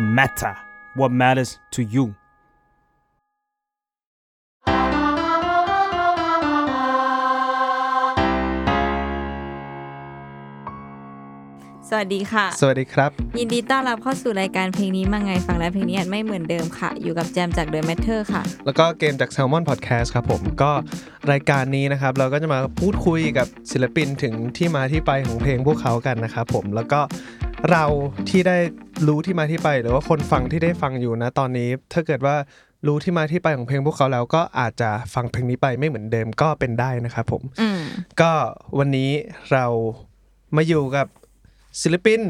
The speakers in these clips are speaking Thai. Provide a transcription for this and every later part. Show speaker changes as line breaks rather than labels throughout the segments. matter what matters to you
สวัสดีค่ะ
สวัสดีครับ
ยินดีต้อนรับเข้าสู่รายการเพลงนี้มาไงฟังแล้วเพลงนี้อาจไม่เหมือนเดิมค่ะ อยู่กับแจมจาก The Matter ค่ะ
แล้วก็เกมจาก Salmon Podcast ครับผมก็รายการนี้นะครับ เราก็จะมาพูดคุยกับศิลปินถึงที่มาที่ไปของเพลงพวกเขากันนะครับผมแล้วก็เราที่ได้รู้ที่มาที่ไป หรือว่าคนฟังที่ได้ฟังอยู่นะตอนนี้ ถ้าเกิดว่ารู้ที่มาที่ไปของเพลงพวกเขาแล้วก็อาจจะฟังเพลงนี้ไปไม่เหมือนเดิมก็เป็นได้นะครับผม
อืม
ก็วันนี้เรามาอยู่กับศิลปิน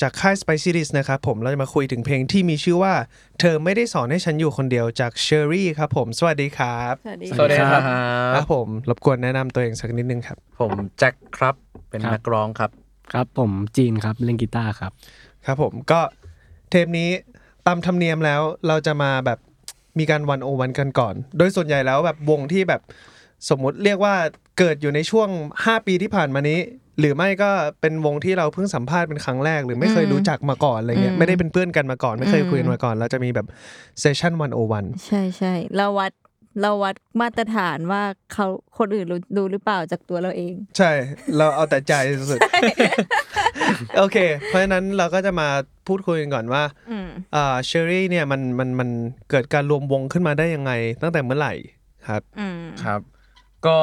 จากค่าย Spicy d i s นะครับผมเราจะมาคุยถึงเพลงที่มีชื่อว่า เธอไม่ได้สอนให้ฉันอยู่คนเดียวจาก Sherry ครับผม สวัสดีครับ
สวัสดี
สวัสดีครับ
ครับผมรบกวนแนะนำตัวเองสักนิดนึงครับ
ผมแจ็คครับ เป็น
ครับ
นักร้องครับ
ครับผมจีนครับเล่นกีตาร์ครับ
ครับผมก็เทปนี้ตามธรรมเนียมแล้วเราจะมาแบบมีการวันโอวันกันก่อน โดยส่วนใหญ่แล้วแบบวงที่แบบสมมุติเรียกว่าเกิดอยู่ในช่วง 5 ปีที่ผ่านมานี้ หรือไม่ก็เป็นวงที่เราเพิ่งสัมภาษณ์เป็นครั้งแรก หรือไม่เคยรู้จักมาก่อนอะไรเงี้ยไม่ได้เป็นเพื่อนกันมาก่อน ไม่เคยคุยกันมาก่อนเราจะมีแบบเซสชั่นวันโอวัน
ใช่ใช่เราวัดเราวัดมาตรฐานว่าเขาคนอื่นรู้ดูหรือเปล่าจากตัวเราเอง
ใช่ เราเอาแต่ใจสุดๆ โอเค เพราะฉะนั้นเราก็จะมาพูดคุยกันก่อนว่า
อืม
อ่าเชอรี่เนี่ยมันมันมันเกิดการรวมวงขึ้นมาได้ยังไง ตั้งแต่เมื่อไหร่ครับ
อืม
ครับ ก็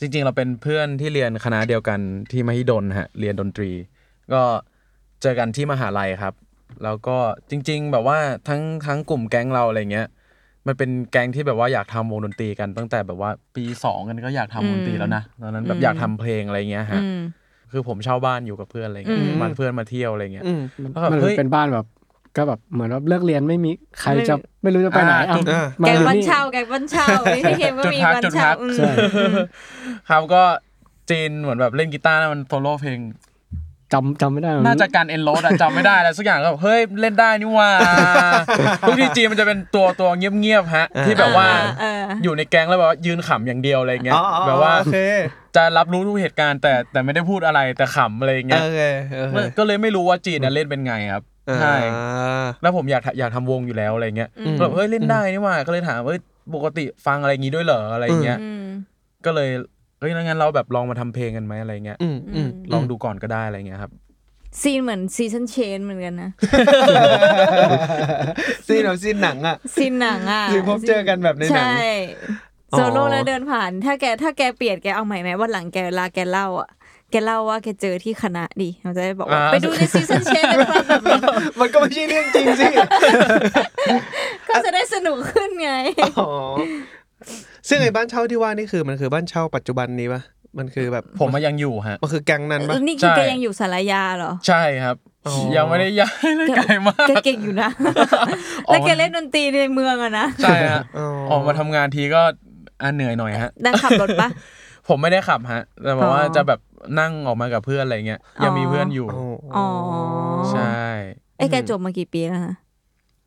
จริงๆ เราเป็นเพื่อนที่เรียนคณะเดียวกันที่มหิดลฮะ เรียนดนตรี ก็เจอกันที่มหาลัยครับ แล้วก็จริง ๆ แบบว่าทั้งทั้งกลุ่มแก๊งเราอะไรเงี้ย มันเป็นแก๊งที่แบบว่าอยากทำวงดนตรีกันตั้งแต่แบบว่าปีสองกันก็อยากทำวงดนตรีแล้วนะ ตอนนั้นแบ
อื
บ
ม
อยากทำเพลงอะไรเงี้ย
อื
ฮะ
ม
คือผมเช่าบ้านอยู่กับเพื่อนอะไรเงี้ย
อืม
บ้านเพื่อนมาเที่ยวอะไรเงี้ย
อืม
มัน
เออ
มัน
เฮ้ย
เป็นบ้านแบบก็แบบเหมือนว่าเลิกเรียนไม่มีใครจะไม่รู้จะไปไหน
อ่า
เอา
จุดอ่า
มา
แกง
อยู่
บ้าน
นี่
เช่าแกงบ้านเช่าไม่ใช่เกมก็มีบ้านเช่าอืม
ใช่
ครับก็จีนเหมือนแบบเล่นกีตาร์นะมันโซโล่เพลง
จำจำไม่ได้มั
น่าจะการเอ็นโรดอะจำไม่ได้แล้วสักอย่างก็แบบเฮ้ยเล่นได้นี่หว่า ทุกทีจีนมันจะเป็นตัวตัวเงียบๆฮะ ที่แบบว่า
เออ
อยู่ในแก๊งแล้วแบบว่ายืนขำอย่างเดียวอะไรเงี้ยแบบว่า
โอเค
จะรับรู้ทุกเหตุการณ์แต่แต่ไม่ได้พูดอะไรแต่ขำอะไรเงี้ย
โอเคโอเค
มันก็เลยไม่รู้ว่าจีนน่ะเล่นเป็นไงครับใช่
อ่า
แล้วผมอยากอยากทำวงอยู่แล้วอะไรเงี้ย
อืม
แบบเฮ้ยเล่นได้นี่หว่าก็เลยถามว่าเฮ้ยปกติฟังอะไรอย่างงี้ด้วยเหรออะไรเงี้ย
อืม
ก็เลยเฮ้ยงั้นเราแบบลองมาทำเพลงกันไหมอะไรเงี้ย
อืมอืม
ลองดูก่อนก็ได้อะไรเงี้ยครับ
ซีนเหมือนซีซันเชนเหมือนกันนะ
ซีนแบบซีนหนังอ่ะ
ซีนหนังอ่ะ
ซีนพบเจอกันแบบในหนัง
ใช่
อ๋อ
โซโล่แล้วเดินผ่าน ถ้าแกถ้าแกเปลี่ยนแกเอาใหม่ไหมวันหลังแกเวลาแกเล่าอ่ะแกเล่าว่าแกเจอที่คณะดิเราจะได้บอกว่า
อ่า
ไปดูในซีซันเชนเลยครับแบบ นั้น
มันก็ไม่ใช่เรื่องจริง สิ
ก็จะได้สนุกขึ้นไง
อ๋อซึ่งไอ้บ้านเช่าที่ว่านี่คือมันคือบ้านเช่าปัจจุบันนี้ปะมันคือแบบ
ผมมายังอยู่ฮะ
มันคือแก๊งนั้นปะ
นี่คือ
ใช่
แกยังอยู่สารยาเหรอ
ใช่ครับ
อ๋อ
ยังไม่ได้ย้ายเลยไกลมาก
แกเก่งอยู่นะ
อ๋อ
แล้วแกเล่นดนตรีในเมืองอะนะ
ใช่ฮะ
อ๋อ
ออกมาทำงานทีก็อ่ะเหนื่อยหน่อยฮะ
ได้ขับรถปะ
ผมไม่ได้ขับฮะ แต่บอกว่า
อ๋อ
จะแบบนั่งออกมากับเพื่อนอะไรเงี้ยยังมีเพื่อนอยู่
อ๋อ
อ๋อ
ใช่
ไอ้ยแกจบมากี่ปีแล้วฮะ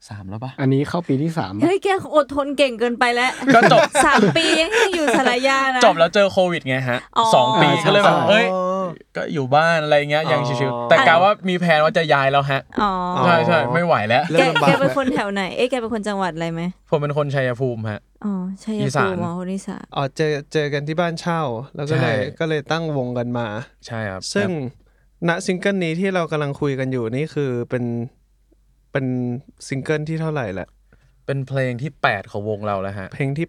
สามแล้วปะ
อันนี้เข้าปีที่สาม
เฮ้ยแกอดทนเก่งเกินไปแล้ว
ก็จบ
สามปียังอยู่สารยานะ
จบแล้วเจอโควิดไงฮะ
อ๋อ
สองปีก็เลยแบบเฮ้ย
อ๋อ
ก็อยู่บ้านอะไรเงี้ยยังชิวๆแต่กาว่ามีแผนว่าจะย้ายแล้วฮะ
อ๋อ
อ
ใช่ใช่ไม่ไหวแล้ว
เริ่
แก
มลำบา
แก
ก
เป็น
แล้ว
คนแถวไหน เอ้ยแกเป็นคนจังหวัดอะไรไหม
ผมเป็นคนชัยภูมิฮะ
อ๋อใช่ย
อีสา
ภู
น
มิอ๋อคนอีสาน
อ๋อเจอเจอกันที่บ้านเช่า แล้วก็เลย
ใช่
ก็เลยตั้งวงกันมา
ใช่ครับ
ซึ่งณซิงเกิลนี้ที่เรากำลังคุยกันอยู่นี่คือเป็นเป็นซิงเกิลที่เท่าไหร่แหละ
เป็นเพลงที่แปดของวงเราแล้วฮะ
เพลงที่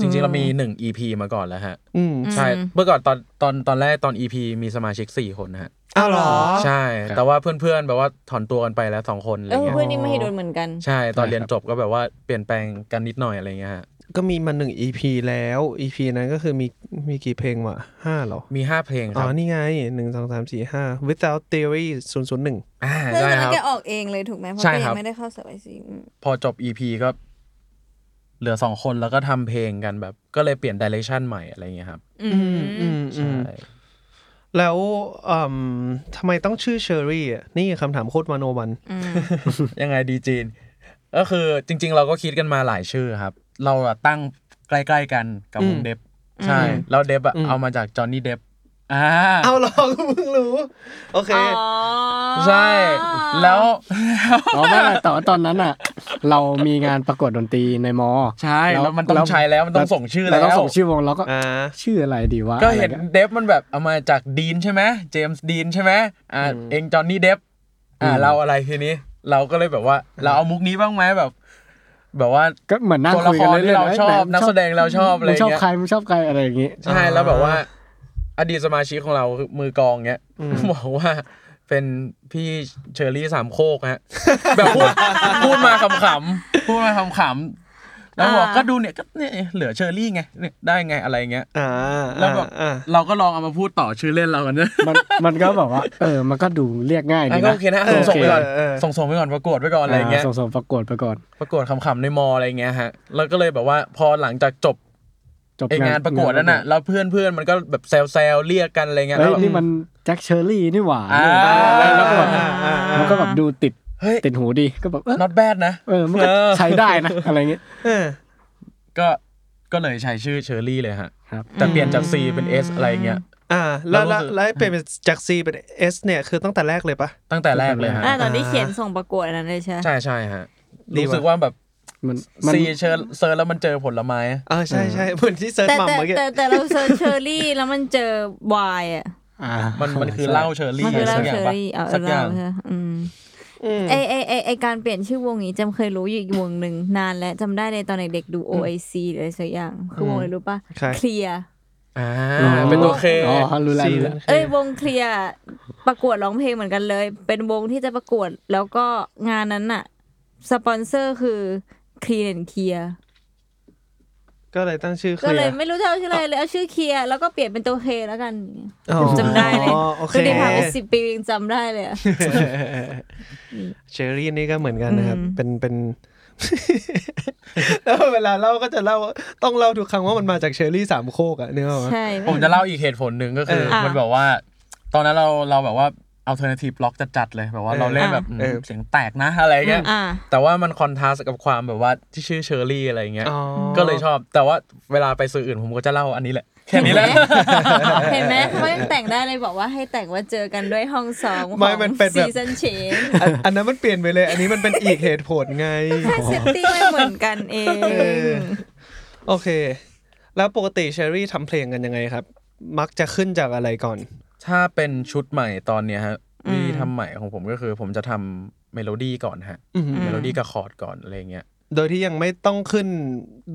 จริงๆเรามีหนึ่ง EP มาก่อนแล้วฮะ
8 อืม
ใช่ เมื่อก่อนตอนตอนตอนแรกตอน EP มีสมาชิก 4 คนนะฮะ
อ้าวเหรอ
ใช่ แต่ว่าเพื่อนๆ แบบว่าถอนตัวกันไปแล้วสองคนอะไร
เออ
เงี้ย
เพื่อนนี่ไม่ให้โดนเหมือนกัน
ใช่ ตอนเรียนจบก็แบบว่าเปลี่ยนแปลงกันนิดหน่อยอะไรเงี้ยฮะ
ก็มีมาหนึ่ง EP แล้ว EP นั้นก็คือมีมีกี่เพลงวะห้าเหรอ
มี 5 เพลงค
อ๋
รั
อบ นี่ไงหนึ่งสองสามสี่ห้า without theory ศูนย์ศูนย์หนึ่ง
อ่า
เพื่อนตอน
ใช่ค
นั้
รับ
นแกออกเองเลยถูกไหมเพราะ
ใช่
แก
ค
ยั
รับ
งไม่ได้เข้าสายซีอืม
พอจบ EP ก็ เหลือ 2 คนแล้วก็ทำเพลงกันแบบ ก็เลยเปลี่ยนดิเรกชันใหม่อะไรเงี้ยครับ
อืม
อืมอื
ใช่
มแล้วอืมทำไมต้องชื่อเชอรี่อ่ะ นี่คำถามโคตรวันโอวัน
อืม
ยังไงดีจีน ก็คือจริง ๆ เราก็คิดกันมาหลายชื่อครับ เราอะตั้งใกล้ ๆ กันกับว
อื
ง
ม
เดฟใช่
อืม
แล้วเดฟอะ
อืม
เอามาจากจอห์นนี่เดฟ อ่า
เอาเหรอกูเพิ่งรู้ โอเค
อ๋อ
ใช่แล้ว
อ๋อไม่ไม่แต่ว่าตอนนั้นอ่ะ เรามีงานประกวดดนตรีในมอ
ใช่แล้วมันต้องใช้แล้วมันต้องส่งชื่อ
เรา
แล้
ต้อง
ว
ส่งชื่อวงแล้วก็
อ่า
ชื่ออะไรดีวะ
ก็เห็น
อะไรงี้ย
เดฟมันแบบเอามาจากดีนใช่ไหมเจมส์ดีนใช่ไหมอ่าเองจอห์นนี่เดฟอ่า
อืม
เราอะไรทีนี้ เราก็เลยแบบว่า เราเอามุกนี้บ้างไหมแบบ แบบว่า
ก็เหมือนนั่ง
ตัวละ
คุยกัน
คร
เรื่อ
ที่
ยๆ
เรา
ว่า
ชอบ
ไห
นักแสดงเราชอบอะไร
มึงชอบ
เงี้ย
ใครมึงชอบใครอะไรอย่างงี้
ใช่
อ่า
แล้วแบบว่า อดีตสมาชิกของเราคือมือกลองเนี้ย
อืม
บอกว่าเป็นพี่เชอรี่สามโคกฮะ แบบพูดพูดมาขำๆพูดมาขำๆแล้วบอกก็ดูเนี่ยก็เนี่ยเหลือเชอรี่ไงเนี่ยได้ไงอะไรเงี้ย
อ่า
แล้วแบบ
อ่า
เราก็ลองเอามาพูดต่อชื่อเล่นเรากันนะ
มันมันก็แบบว่า เออ มันก็ดูเรียกง่าย
อัน
ดี
นี้ก็
นะ
โอเคนะ
เอ
ส่
อ
งส่งไปก่อน
เออ
ส่งส่งไปก่อนประกวดไปก่อนอะไรเงี้ย
าส่งส่งประกวดไปก่อน
ประกวดขำๆในมออะไรเงี้ยฮะแล้วก็เลยแบบว่าพอหลังจากจบ
จบ
ไอ้งานประกวดนั้นน่ะแล้วเพื่อนๆมันก็แบบแซวๆเรียกกันอะไรเงี้ย
เฮ้
แล้
ยว
แบบ
นี่มันแจ็คเชอร์รี่นี่หว่า
อ่า
แล้วแล้วก็แบบ
อ่าอ่าอ่า
มันก็แบบดูติด
เฮ้ย
ติดหูดีก็แบบเออ
not bad นะ
เออมันก็
เออ
ใช้ได้นะ อะไรเงี้ย
เออ
ก็ก็เลยใช้ชื่อเชอรี่เลยฮะ
ครับ
แต่เปลี่ยนจาก C เป็น S อะไรเงี้ย
อ่าแล้วแล้ว
แล้
แล้ว
วรู้สึก
ให้เปลี่ยนเป็นจาก C เป็น S เนี่ยคือตั้งแต่แรกเลยปะ
ตั้งแต่แรกเลยฮะ
อ่าตอนที่เขียนส่งประกวดอันนั้นเลยใช่ไหม
ใช่ใช่ฮะ
ดีว่ะ
รู้สึกว่าแบบ
มันมัน
C เชิญเซิร์ชแล้วมันเจอผลไม้
อ่าใช่ใช่เหมือนที่เซิร์ช
แต่
มัม
แต่
เมื่อกี้
แต่แต่เราเซอร์ชเชอร์รี่แล้วมันเจอวายอ่ะ
อ่า
มันมันคือเหล้าเชอร์รี่
มันคือเหล้า
สักอ
เช
ย่าง
อ
ปะ
ร์รี่เอา
สักอ
เหล้า
ย่าง
ใช่ไหมอืม
อืม
ไอไอไอไอการเปลี่ยนชื่อวงนี้จำเคยรู้อยู่อีกวงหนึ่งนานแล้วจำได้เลยตอนเด็กๆดู OIC หรืออะไรสักอย่างคือวงอะไรรู้ป่ะ
ใช่
เคลียร์
อ่า เป็นตัวเค
อ๋อรู้แล้ว
ซี
รู้
เป็
แล้ว
น
เอ้ยวงเคลียร์ประกวดร้องเพลงเหมือนกันเลย เป็นวงที่จะประกวดแล้วก็งานนั้นน่ะสปอนเซอร์คือคลีนเคลียร์
ก็เลยตั้งชื่อเค
ก็
ลีย
เลย
ร์
ไม่รู้จะเอาชื่ออะไรเลยเอาชื่อเคลียร์แล้วก็เปลี่ยนเป็นตัวเคแล้วกัน
อ๋อ
จำได้เลย
โอเค
คือได้ผ่านไปสิบปียังจำได้เลยอะ
เชอรี่นี่ก็เหมือนกันนะครับ
อืม
เป็นเป็น แล้วเวลาเล่าก็จะเล่าต้องเล่าทุกครั้งว่ามันมาจากเชอรี่สามโคกอะเนื้ออกปะ
ใช่
ผมจะเล่าอีกเหตุผลหนึ่งก็คือ
เออ
มันแบบว่า ตอนนั้นเราเราแบบว่า alternative rock จัดๆเลยแบบว่าเราเล่นแบบ
เออ
เสียงแตกนะอะไรเงี้ย
อ่า
แต่ว่ามันคอนทราสกับความแบบว่าที่ชื่อเชอร์รี่อะไรเงี้ย
อ๋อ
ก็เลยชอบ แต่ว่าเวลาไปสื่ออื่นผมก็จะเล่าอันนี้แหละ แค่นี้แหละ
เห็นไหมเขายังแต่งได้เลยบอกว่าให้แต่งว่าเจอกันด้วยห้องสอง
ไม่มันเป็นแบบ
ซีซันเชน
อันอันนั้นมันเปลี่ยนไปเลย อันนี้มันเป็นอีกเหตุผลไง
แค่เซตติ้งไม่เหมือนกันเอง
เออ โอเค แล้วปกติเชอรี่ทำเพลงกันยังไงครับ มักจะขึ้นจากอะไรก่อน
ถ้าเป็นชุดใหม่ตอนเนี้ยฮะ
อืม
วิธีทำใหม่ของผมก็คือผมจะทำเมโลดี้ก่อนฮะ
อืม
เมโลดี้กับคอร์ดก่อนอะไรเงี้ย
โดยที่ยังไม่ต้องขึ้น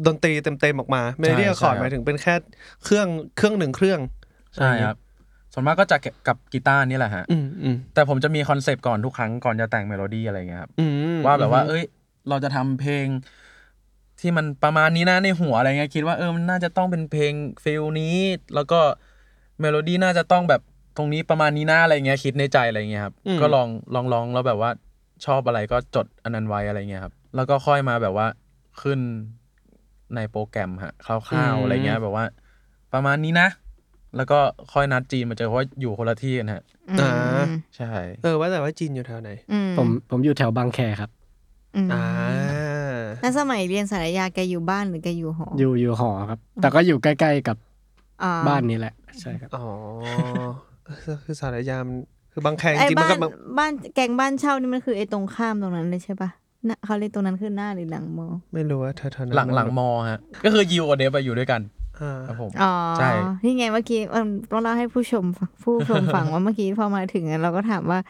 ดนตรีเต็มๆออกมาเมโลดี้
ใช่
คอร์ด
ใช่ครั
ห
บ
มายถึงเป็นแค่เครื่องเครื่องหนึ่งเครื่อง
ใช่ครับ ส่วนมากก็จะกับกีตาร์นี่แหละฮะ
อืมอืม
แต่ผมจะมีคอนเซปต์ก่อนทุกครั้งก่อนจะแต่งเมโลดี้อะไรเงี้ยครับ
อืม
ว่าแบบว่า เอ้ย เราจะทำเพลง ที่มันประมาณนี้นะในหัวอะไรเงี้ยคิดว่าเออมันน่าจะต้องเป็นเพลงฟิลนี้ แล้วก็เมโลดี้น่าจะต้องแบบตรงนี้ประมาณนี้นะอะไรเงี้ยคิดในใจอะไรเงี้ยครับก็ลองลองลองแล้วแบบว่าชอบอะไรก็จดอันนั้นไว้อะไรเงี้ยครับ แล้วก็ค่อยมาแบบว่าขึ้นในโปรแกรมฮะคร่าวๆอะไรเงี้ยแบบว่า ประมาณนี้นะ แล้วก็ค่อยนัดจีนมาเจอเพราะว่าอยู่คนละที่กันฮะ
อ่า
ใช่
เออว่าแต่ว่าจีนอยู่แถวไหน
อืม
ผมผมอยู่แถวบางแคครับ
อืม
อ่า
แล้วสมัยเรียนสารยาแกอยู่บ้านหรือแกอยู่หอ
อยู่อยู่หอครับ แต่ก็อยู่ใกล้ๆกับ
อ่
บ้านนี้แหละ ใช่ครับ
อ๋อ คือสารยามคือบางแคจ
ไอ้
ริงๆมั
บ้าน
ก็
น
บาง
บ้านแกงบ้านเช่านี่มันคือไอ้ตรงข้ามตรงนั้นเลยใช่ปะน่ะเขาเรียกตรงนั้นคือหน้าหรือหลังมอ
ไม่รู้ว่าแถวๆนั้น
หลังหลังมอฮะ ก็คือยิวกับเดฟไปอยู่ด้วยกัน
อ่า
ครับผม
อ๋อ
ใช่
นี่ไงเมื่อกี้เอิ่มต้องเล่าให้ผู้ชมฟังผู้ชมฟังว่าเมื่อกี้พอมาถึงอะเราก็ถามว่า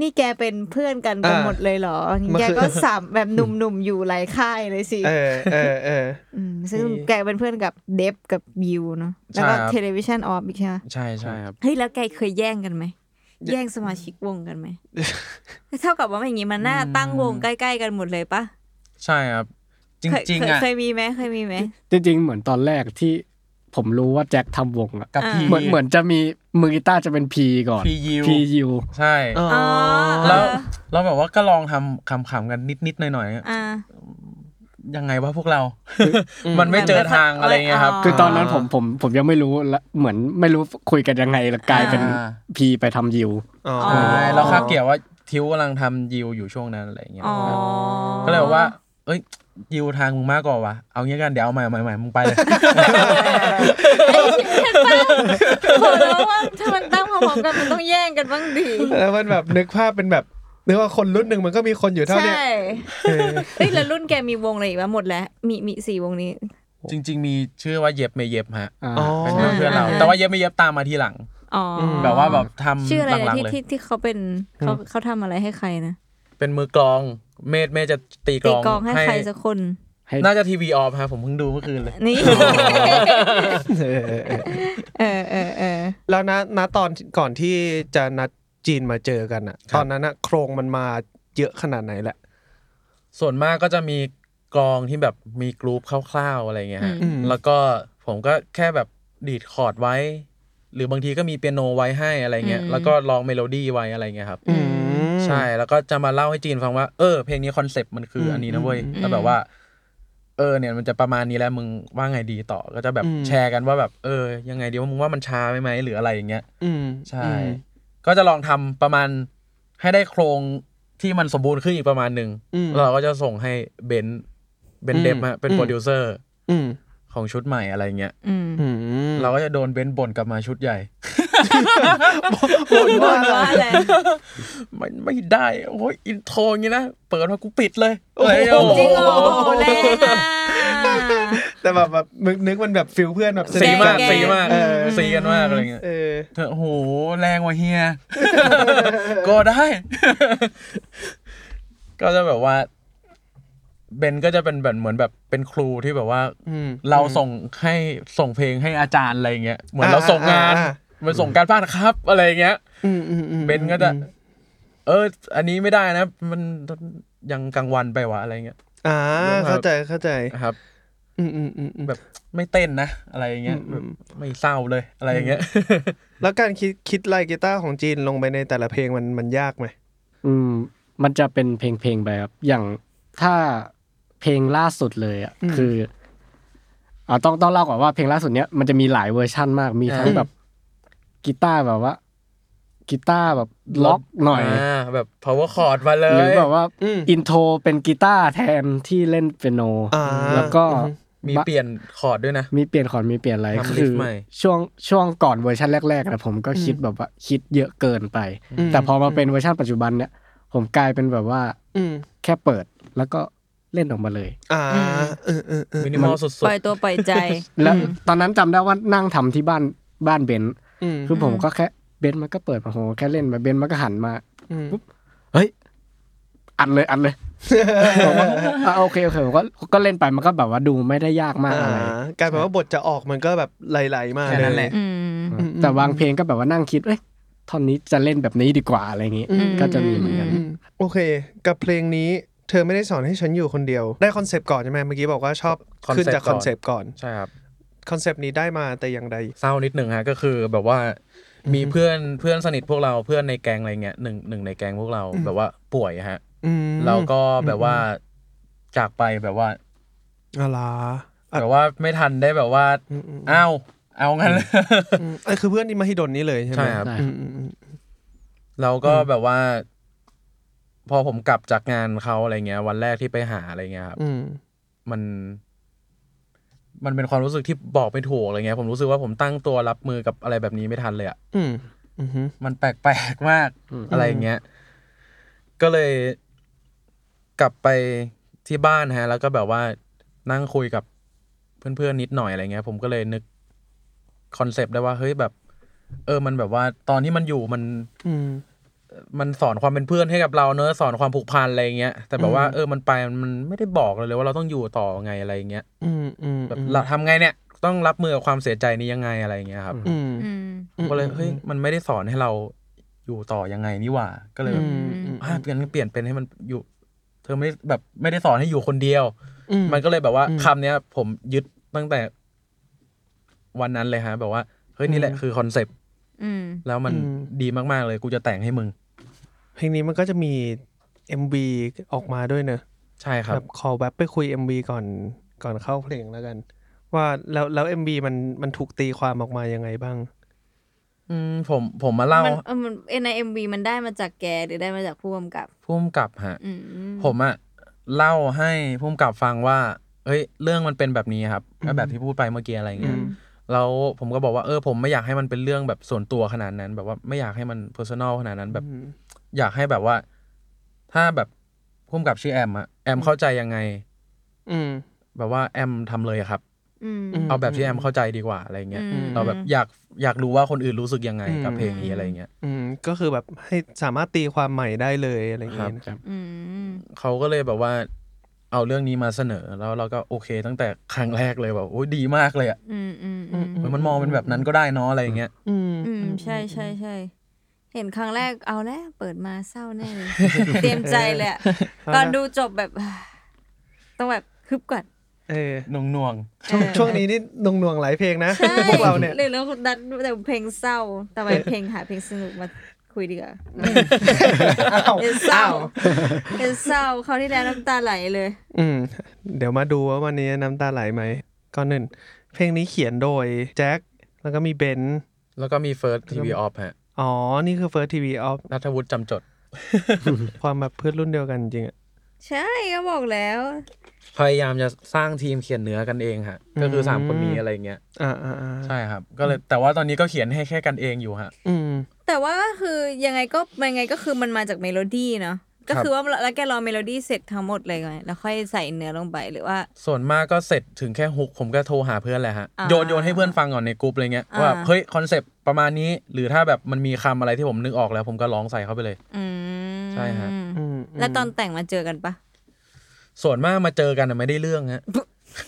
นี่แกเป็นเพื่อนกันกันหมดเลยเหรอแกก็สามแบบหนุ่มๆอยู่หลายค่ายเลยสิ
เออเออเออ
อืมซึ่ง
มี
แกเป็นเพื่อนกับเดฟกับยิวเนาะแล้วก็
ใช่ครับ
เทเลวิชันออฟอีกใช่ไหม
ใช่ใช่ครับ
เฮ้ย แล้วแกเคยแย่งกันไหม แย่งสมาชิกวงกัน ไหม เท่ากับว่าอย่างงี้มันน่าตั้งวงใกล้ๆกันหมดเลยปะ
ใช่ครับ จ
เคย
ริง
เคย
ๆอ่ะ
เคยมีไหมเคยมีไหม
จริงๆ เหมือนตอนแรกที่ผมรู้ว่าแจ็คทำวงอะ
กับ
อ่า
พี
เหมือนเหมือนจะมีมือกีตาร์จะเป็นพีก่อน
พียิว
พียู
ใช่
อ๋อ
อ๋อ
แล้ว
เออ
เราแบบว่าก็ลองทำขำๆกันนิดๆหน่อย
อ่า
ๆยังไงวะพวกเรา มันไม่เจอทางอะไรเงี้ยครับ
คือตอนนั้นผมผมผมยังไม่รู้และเหมือนไม่รู้คุยกันยังไงแล้วกลายเป็น
อ่า
พีไปทำยิว
อ๋อ
ใช่
ใช่แล้วคาบเกี่ยวว่าทิวกำลังทำยิวอยู่ช่วงนั้นอะไรเงี้ย
อ๋อ
ครับก็เลยบอกว่า เอ้ยยิวทางมึงมากกว่าวะเอางี้กันเดี๋ยวเอาใหม่เอาใหม่เอาใหม่มึงไปเลย
เอ้ยใช่ กันบ้างขอร้องว่าถ้ามันตั้งพร้อมๆกันมันต้องแย่งกันบ้างดี
แล้วมันแบบนึกภาพเป็นแบบนึกว่าคนรุ่นหนึ่งมันก็มีคนอยู่เท่าเนี้ย
ใช่
เออ
เอ้ยแล้วรุ่นแกมีวงอะไรอีกวะหมดแล้ว มีมีสี่วงนี้
จริง ๆ มีชื่อว่าเย็บไม่เย็บฮะ
อ่า
อ๋อ
เป็นวงเพื่อนเรา
อ่า
แต่ว่าเย็บไม่เย็บตามมาทีหลัง
อ๋ออ
ม
แบบว่าแบบทำ
ชื่ออะไร
ห
นะ
ลัง
ที่
ๆเลย
ที่ที่เขาเป็นเขาเขาทำอะไรให้ใครนะ
เป็นมือกลองเมธเมธจะตี
ตีกลองให้ใครสักคน
ให้
น่าจะทีวีออฟฮะผมเพิ่งดูเมื่อคืนเลย
นี่
เออเออเออ
เออเออเออ
แล้วนะณตอนก่อนที่จะนัดจีนมาเจอกันอ่ะ ตอนนั้นอะโครงมันมาเยอะขนาดไหนแหละ
ส่วนมากก็จะมีกลองที่แบบมีกรุ๊ปคร่าวๆอะไรเงี้ยฮะ
อืม
แล้วก็ผมก็แค่แบบดีดคอร์ดไว้ หรือบางทีก็มีเปียโนไว้ให้อะไรเงี้ย แล้วก็ร้องเมโลดี้ไว้อะไรเงี้ยครับ
อืม
ใช่ แล้วก็จะมาเล่าให้จีนฟังว่า เออ เพลงนี้คอนเซปต์มันคืออันนี้นะเว้ย แล้วแบบว่า เออ เนี่ย มันจะประมาณนี้แล้วมึงว่าไงดีต่อ ก็จะแบบ
อืม
แชร์กันว่าแบบ เออ ยังไงดีว่ามึงว่ามันช้าไหมไหมหรืออะไรอย่างเงี้ย
อืม
ใช่ ก็จะลองทำประมาณให้ได้โครงที่มันสมบูรณ์ขึ้นอีกประมาณหนึ่ง
อืม
แล้วเราก็จะส่งให้เบนซ์เบนซ์เดฟฮะเป็น
อืม
โปรดิวเซอร์
อืม
ของชุดใหม่อะไรเงี้ย
อืม
อืม
เราก็จะโดนเบนซ์บ่นกลับมาชุดใหญ่
บ ่นว่าอะไร
มันไม่ได้ โอ้ยอินโทรอย่างงี้นะ เปิดมากูปิดเลย
จริงเหรอแรงอ่ะ
แต่แบบแบบมึงนึกมันแบบฟิลเพื่อนแบบ
สีมาก
แกง
สีมาก
เออ
สีกันมากอะไรเงี้ย
เออ
เธอโอ้โหแรงว่ะเฮีย ก็ได้ ก็จะแบบว่า เบนก็จะเป็นแบบเหมือนแบบเป็นครูที่แบบว่า
อืม
เราส่งให้ส่งเพลงให้อาจารย์อะไรอย่างเงี้ยเหมือน
อ่า
เราส่งงาน
อ่าอ่า
เหมือนส่งการบ้านครับ อะไรอย่างเงี้ย
อืมอืมอืม
เบนก็จะ เออ อันนี้ไม่ได้นะ มันยังกลางวันไปวะอะไรเงี้ย
อ่าเข้าใจเข้าใจ
ครับ
อืมอืมอืมอืม
แบบไม่เต้นนะอะไรอย่างเงี้ย
อืม
แบบไม่เศร้าเลยอะไรอย่างเงี้ย
แล้วการคิดคิดลายกีตาร์ของจีนลงไปในแต่ละเพลงมันมันยากไหม
อืมมันจะเป็นเพลงเพลงๆไปครับ อย่างถ้าเพลงล่าสุดเลยอ่ะ
อืม
คืออ่าต้องต้องเล่าก่อนว่าเพลงล่าสุดเนี้ยมันจะมีหลายเวอร์ชั่นมากมีทั้ง
อ่า
แบบกีตาร์แบบว่ากีตาร์แบบล็อกหน่อย
าแบบ power chord มาเลย
หรือแบบว่า
อืม
อินโทรเป็นกีตาร์แทนที่เล่นเปียโน
อ่า
แล้วก็
อือฮึ
มีเปลี่ยนคอร์ดด้วยนะ
มีเปลี่ยนคอร์ดมีเปลี่ยนอะไร
ทำลิ
คื
ฟต์
อ
ใหม่
ช่วงช่วงก่อนเวอร์ชันแรกๆนะผมก็คิดแบบว่าคิดเยอะเกินไป
อืม
แต่พอมาเป็นเวอร์ชันปัจจุบันเนี่ยผมกลายเป็นแบบว่า
อืม
แค่เปิดแล้วก็เล่นออกมาเลย
อ่าเออเออเออ
มินิมอลสุด
ปล่อยตัวปล่อยใจ
แล้วตอนนั้นจำได้ว่านั่งทำที่บ้านบ้านเบนซ์
อืม
คือผมก็แค่เบนซ์มันก็เปิดมาโหแค่เล่นมาเบนซ์มันก็หันมา
อืม
เฮ้ย อัดเลยอัดเลย ผมว่าอ่ะโอเคโอเคผมก็ก็เล่นไปมันก็แบบว่าดูไม่ได้ยากมาก
อ่า
อะไร
กลายเป็นว่าบทจะออกมันก็แบบไหลๆมาก
ๆแค่นั้นแหละ
อืม
อืมแต่วางเพลงก็แบบว่านั่งคิดเอ้ยท่อนนี้จะเล่นแบบนี้ดีกว่าอะไรอย่างงี้
อืม
ก็จะมีเหมือนกัน
อืมโอเค กับเพลงนี้เธอไม่ได้สอนให้ฉันอยู่คนเดียว ได้คอนเซปต์ก่อนใช่ไหมเมื่อกี้บอกว่าชอบ
คอนเซปต์
ขึ้นจาก
ก่
ค
อน
อนเซปต์ก่อน
ใช่ครับ
คอนเซปต์นี้ได้มาแต่อย่างใด
เศร้านิดหนึ่งฮะก็คือแบบว่ามีเพื่อนเพื่อนสนิทพวกเราเพื่อนในแก๊งอะไรเงี้ยหนึ่งหนึ่งในแก๊งพวกเรา
อืม
แบบว่าป่วยฮะ
อืม
เราก็แบบว่าจากไปแบบว่า
อะไร
แบบว่าไม่ทันได้แบบว่า
อืมอืม
อ้าวเอางั้นเลย
อืมไอ้คือเพื่อนที่มาฮิดนนี่เลยใช่ไหม
ใช่ครับ
ได้
อืมอืมอืม
เราก็แบบว่า พอผมกลับจากงานเขาอะไรเงี้ย วันแรกที่ไปหาอะไรเงี้ยครับ
อืม
มัน มันเป็นความรู้สึกที่บอกไม่ถูกอะไรเงี้ย ผมรู้สึกว่าผมตั้งตัวรับมือกับอะไรแบบนี้ไม่ทันเลยอะ
อืมอืม
มันแปลกๆมาก
อืม
อะไรอย่างเงี้ย ก็เลยกลับไปที่บ้านฮะ แล้วก็แบบว่านั่งคุยกับเพื่อนๆนิดหน่อยอะไรเงี้ย ผมก็เลยนึกคอนเซปต์ได้ว่าเฮ้ยแบบ เออมันแบบว่าตอนที่มันอยู่มัน
อืม
มันสอนความเป็นเพื่อนให้กับเราเนอะสอนความผูกพันอะไรเงี้ยแต่แบบว่าเออมันไปมันไม่ได้บอกเลยว่าเราต้องอยู่ต่อไงอะไรเงี้ย
อืมอืม
แบบเราทำไงเนี่ย ต้องรับมือกับความเสียใจนี้ยังไงอะไรเงี้ยครับ
อืม
อืม
ก็เลยเฮ้ยมันไม่ได้สอนให้เราอยู่ต่อยังไงนี่หว่า ก็เลยแบบ
อืมอืม
อ่ะเปลี่ยนเปลี่ยนเป็นให้มันอยู่ เธอไม่ได้แบบไม่ได้สอนให้อยู่คนเดียว
อืม
มันก็เลยแบบว่า
อืม
คำเนี้ย ผมยึดตั้งแต่วันนั้นเลยฮะแบบว่าเฮ้ยนี่แหละคือคอนเซปต์
อืม
แล้วมัน
อืม
ดีมากๆเลยกูจะแต่งให้มึง
เพลงนี้มันก็จะมี MV ออกมาด้วยเนอะ
ใช่ครับ
แบบขอแวบไปคุย MV ก่อนก่อนเข้าเพลงแล้วกัน ว่าแล้วแล้ว MV มันมันถูกตีความออกมายังไงบ้าง
อืมผมผมมาเล่า
มันเออมันในเอ็มวีมันได้มาจากแกหรือได้มาจากผู้กำกับ
พุ่มกับฮะ
อืม
ผมอะเล่าให้พุ่มกับฟังว่าเฮ้ยเรื่องมันเป็นแบบนี้ครับก็แบบที่พูดไปเมื่อกี้อะไรเงี้ย แล้วผมก็บอกว่าเออผมไม่อยากให้มันเป็นเรื่องแบบส่วนตัวขนาดนั้น แบบว่าไม่อยากให้มันเพอร์ซันอลขนาดนั้นแบบ อยากให้แบบว่า ถ้าแบบพุ่มกับชื่อแอมอะแอมเข้าใจยังไง
อืม
แบบว่าแอมทำเลยอะครับ
อืม
อืม
เอาแบบที่แอมเข้าใจดีกว่าอะไรเงี้ย
อืม
เราแบบอยากอยากรู้ว่าคนอื่นรู้สึกยังไงกับ
อืม
เพลงนี้อะไรเงี้ย
อืมก็คือแบบให้สามารถตีความใหม่ได้เลยอะไรอย่างเงี้ยนะ
อืม
เขาก็เลยแบบว่าเอาเรื่องนี้มาเสนอแล้วเราก็โอเค ตั้งแต่ครั้งแรกเลยแบบโอ้ยดีมากเลยอ่ะ
อืมอืมอืม
เหมือนมันมองเป็นแบบนั้นก็ได้เนาะอะไรเงี้ย
อืม
อืมใช่ใช่ใช่เห็นครั้งแรกเอาแล้วเปิดมาเศร้าแน่เลย เตรียมใจเลยอะก่อนดูจบแบบ ต้องแบบฮึบก่อน
เออ
นุ่งนวง
ช่วง
เออ
ช่วงนี้นี่นงนวงๆหลายเพลงนะ
ใช่
พวกเราเนี่ย
หรือแล้วดันแต่เพลงเศร้า แต่ไปเพลงหาเพลงสนุกมาคุยดีกว่า
อ้าว
เพลงเศร้าเพลงเศร้าเขาวที่แล้วน้ำตาไหลเลย
อืม เดี๋ยวมาดูว่าวันนี้น้ำตาไหลไหมก่อนหนึ่งเพลงนี้เขียนโดยแจ็คแล้วก็มีเบนซ์
ๆแล้วก็มีเฟิร์สทีวีออฟฮะ
อ๋อ นี่คือ First TV of
นัทวุฒิจำจด
ความแบบเพื่อนรุ่นเดียวกันจริงๆอะ
ใช่ก็บอกแล้ว
พยายามจะสร้างทีมเขียนเนื้อกันเองฮะก็คือสามคนนี้อะไรเงี้ย
อ่าอ่าอ่า
ใช่ครับ ก็เลยแต่ว่าตอนนี้ก็เขียนให้แค่กันเองอยู่ฮะ
อืม
แต่ว่าก็คือยังไงก็ยังไงก็คือมันมาจากเมโลดี้เนาะก็คือว่าแล้วแกรอเมโลดี้เสร็จทั้งหมดเลยไงแล้วค่อยใส่เนื้อลงไปหรือว่า
ส่วนมากก็เสร็จถึงแค่ฮุกผมก็โทรหาเพื่อนแหละฮะ
อ่า
โยนโยนให้เพื่อนฟังก่อนในกลุ่มอะไรเงี้ย
อ่า
ว่าเฮ้ยคอนเซปต์ประมาณนี้ หรือถ้าแบบมันมีคำอะไรที่ผมนึกออกแล้ว ผมก็ร้องใส่เข้าไปเลย
อืม
ใช่ฮะ
อืมม
แล้วตอนแต่งมาเจอกันปะ
ส่วนมากมาเจอกันนะไม่ได้เรื่องฮะ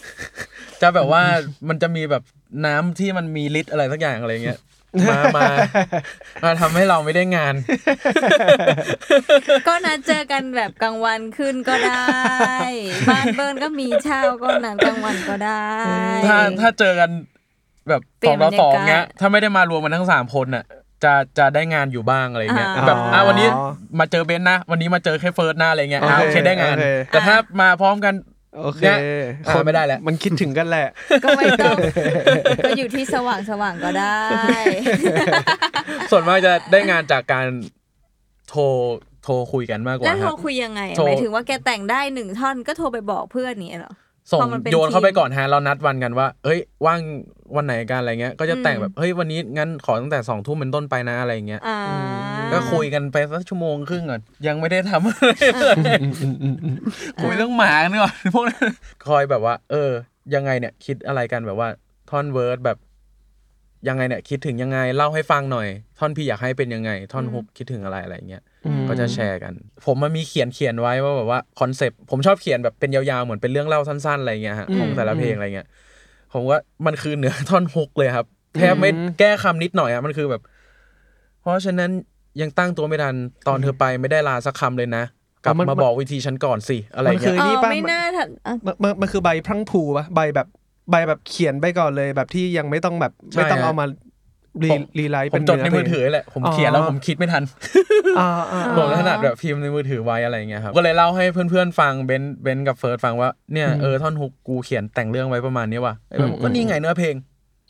จะแบบว่ามันจะมีแบบน้ำที่มันมีฤทธิ์อะไรสักอย่างอะไรเงี้ยมามามาทำให้เราไม่ได้งาน
ก็นัดเจอกันแบบกลางวันขึ้นก็ ได้บ้านเบิร์นก็มีเช่าก็นัดกลางวันก็ได้
ถ้าถ้าเจอกันแบบ
เปลี่
สอย ง
น
ต่อบ
รรยากาศ
สองเงี้ยถ้าไม่ได้มารวมกันทั้งสามคนน่ะ จะจะได้งานอยู่บ้างอะไรเงี้ย
อ่า
แบบอ่ะวันนี้มาเจอเบนซ์นะ วันนี้มาเจอแค่เฟิร์สนะอะไรเงี้ยอ่ะโอเคได้งาน
โอเค
แต่ถ้ามาพร้อมกัน
โอเค
เนี่ยอ่าไม่ได้แล้ว
มันคิดถึงกันแหละ
ก็ไม่ ต้องก็อยู่ที่สว่างสว่างๆก็ได้
ส่วนมากจะได้งานจากการโทรโทรคุยกันมากก
แล้ว
ว่าค
โท
รั
ร
บ
คุยยังไงอะ
โทร
หมายถึงว่าแกแต่งได้หนึ่งท่อนก็โทรไปบอกเพื่อนนี่เหรอ
ส่ง
พอมันเป็น
โยนเข้าไป
ทีม
ก่อนฮะเรานัดวันกันว่าเอ้ยว่างวันไหนกันอะไรเงี้ย ก็จะแต่ง
อืม
แบบเฮ้ยวันนี้งั้นขอตั้งแต่สองทุ่มเป็นต้นไปนะอะไรเงี้ย
อ่า
ก็คุยกันไปสักชั่วโมงครึ่งก่อนยังไม่ได้ทำอะไร เลย คุยเรื่องหมากันก่อน พวกนั้นคอยแบบว่า เออ ยังไงเนี่ยคิดอะไรกันแบบว่าท่อนเวิร์ดแบบ ยังไงเนี่ยคิดถึงยังไงเล่าให้ฟังหน่อย ท่อนพี่อยากให้เป็นยังไง ท่อนฮุกคิดถึงอะไรอะไรเงี้ยก็จะแชร์กัน ผมมันมีเขียนเขียนไว้ว่าแบบว่าคอนเซปต์ผมชอบเขียนแบบเป็นยาวๆเหมือนเป็นเรื่องเล่าสั้นๆอะไรเงี้ยฮะของแต่ละเพลงอะไรเงี้ยผมว่ามันคือเหนือท่อนฮุกเลยครับแทบไม่แก้คำนิดหน่อยอะมันคือแบบ เพราะฉะนั้นยังตั้งตัวไม่ทันตอนเธอไปไม่ได้ลาสักคำเลยนะกลับ
มันมั
มาน บอกวิธีฉันก่อนสิอะไร
มัน
เงี้ย
คือ
อ๋
นี่
อ
ป่ะ
ไม่น่าทันอ่ะ
มันมันมันคือใบพลังพลูป่ะใบแบบใบแบบเขียนไปก่อนเลยแบบที่ยังไม่ต้องแบบ
ใช่
ไม่ต้อง
ฮะ
เอามารี
ผม
รีไลท์
ผ
เป็น
มจดใน
เเพลง
มือถือแหละ ผม
อ๋อ
เขียนแล้วผมคิดไม่ทัน
อ่าอ่า
ผมถนัดแบบพิมพ์ในมือถือไว้อะไรเงี้ยครับ ก็เลยเล่าให้เพื่อนๆฟังเบนเบนกับเฟิร์สฟังว่าเนี่ยเออท่อนฮุกกูเขียนแต่งเรื่องไว้ประมาณนี้ว่ะไอ้แบบก็นี่ไงเนื้อเพลง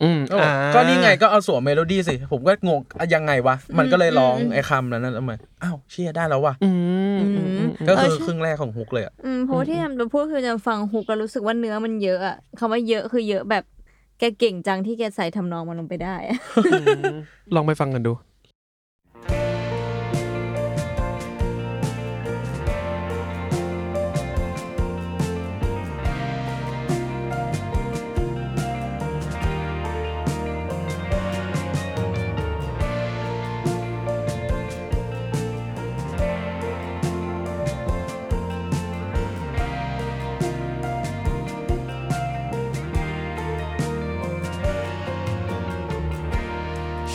อืม
ก็บอก
อ่า
ก็นี่ไงก็เอาสวมเมโลดี้สิ ผมก็งงอ่ะยังไงวะ มันก็เลยร้องไอ้คำนั้นนั่นมาอ้าวเชี่ยได้แล้วว่ะ
อืม
อื
อืม
ม
ก็คือ
เออใช่
ครึ่งแรกของฮุกเลยอะ
อืมเพราะว่าที่แอมจะพูดคือจะฟังฮุกก็รู้สึกว่าเนื้อมันเยอะอะคำว่าเยอะคือเยอะแบบแกเก่งจังที่แกใส่ทำนองมันลงไปได้อะ
ลองไปฟังกันดู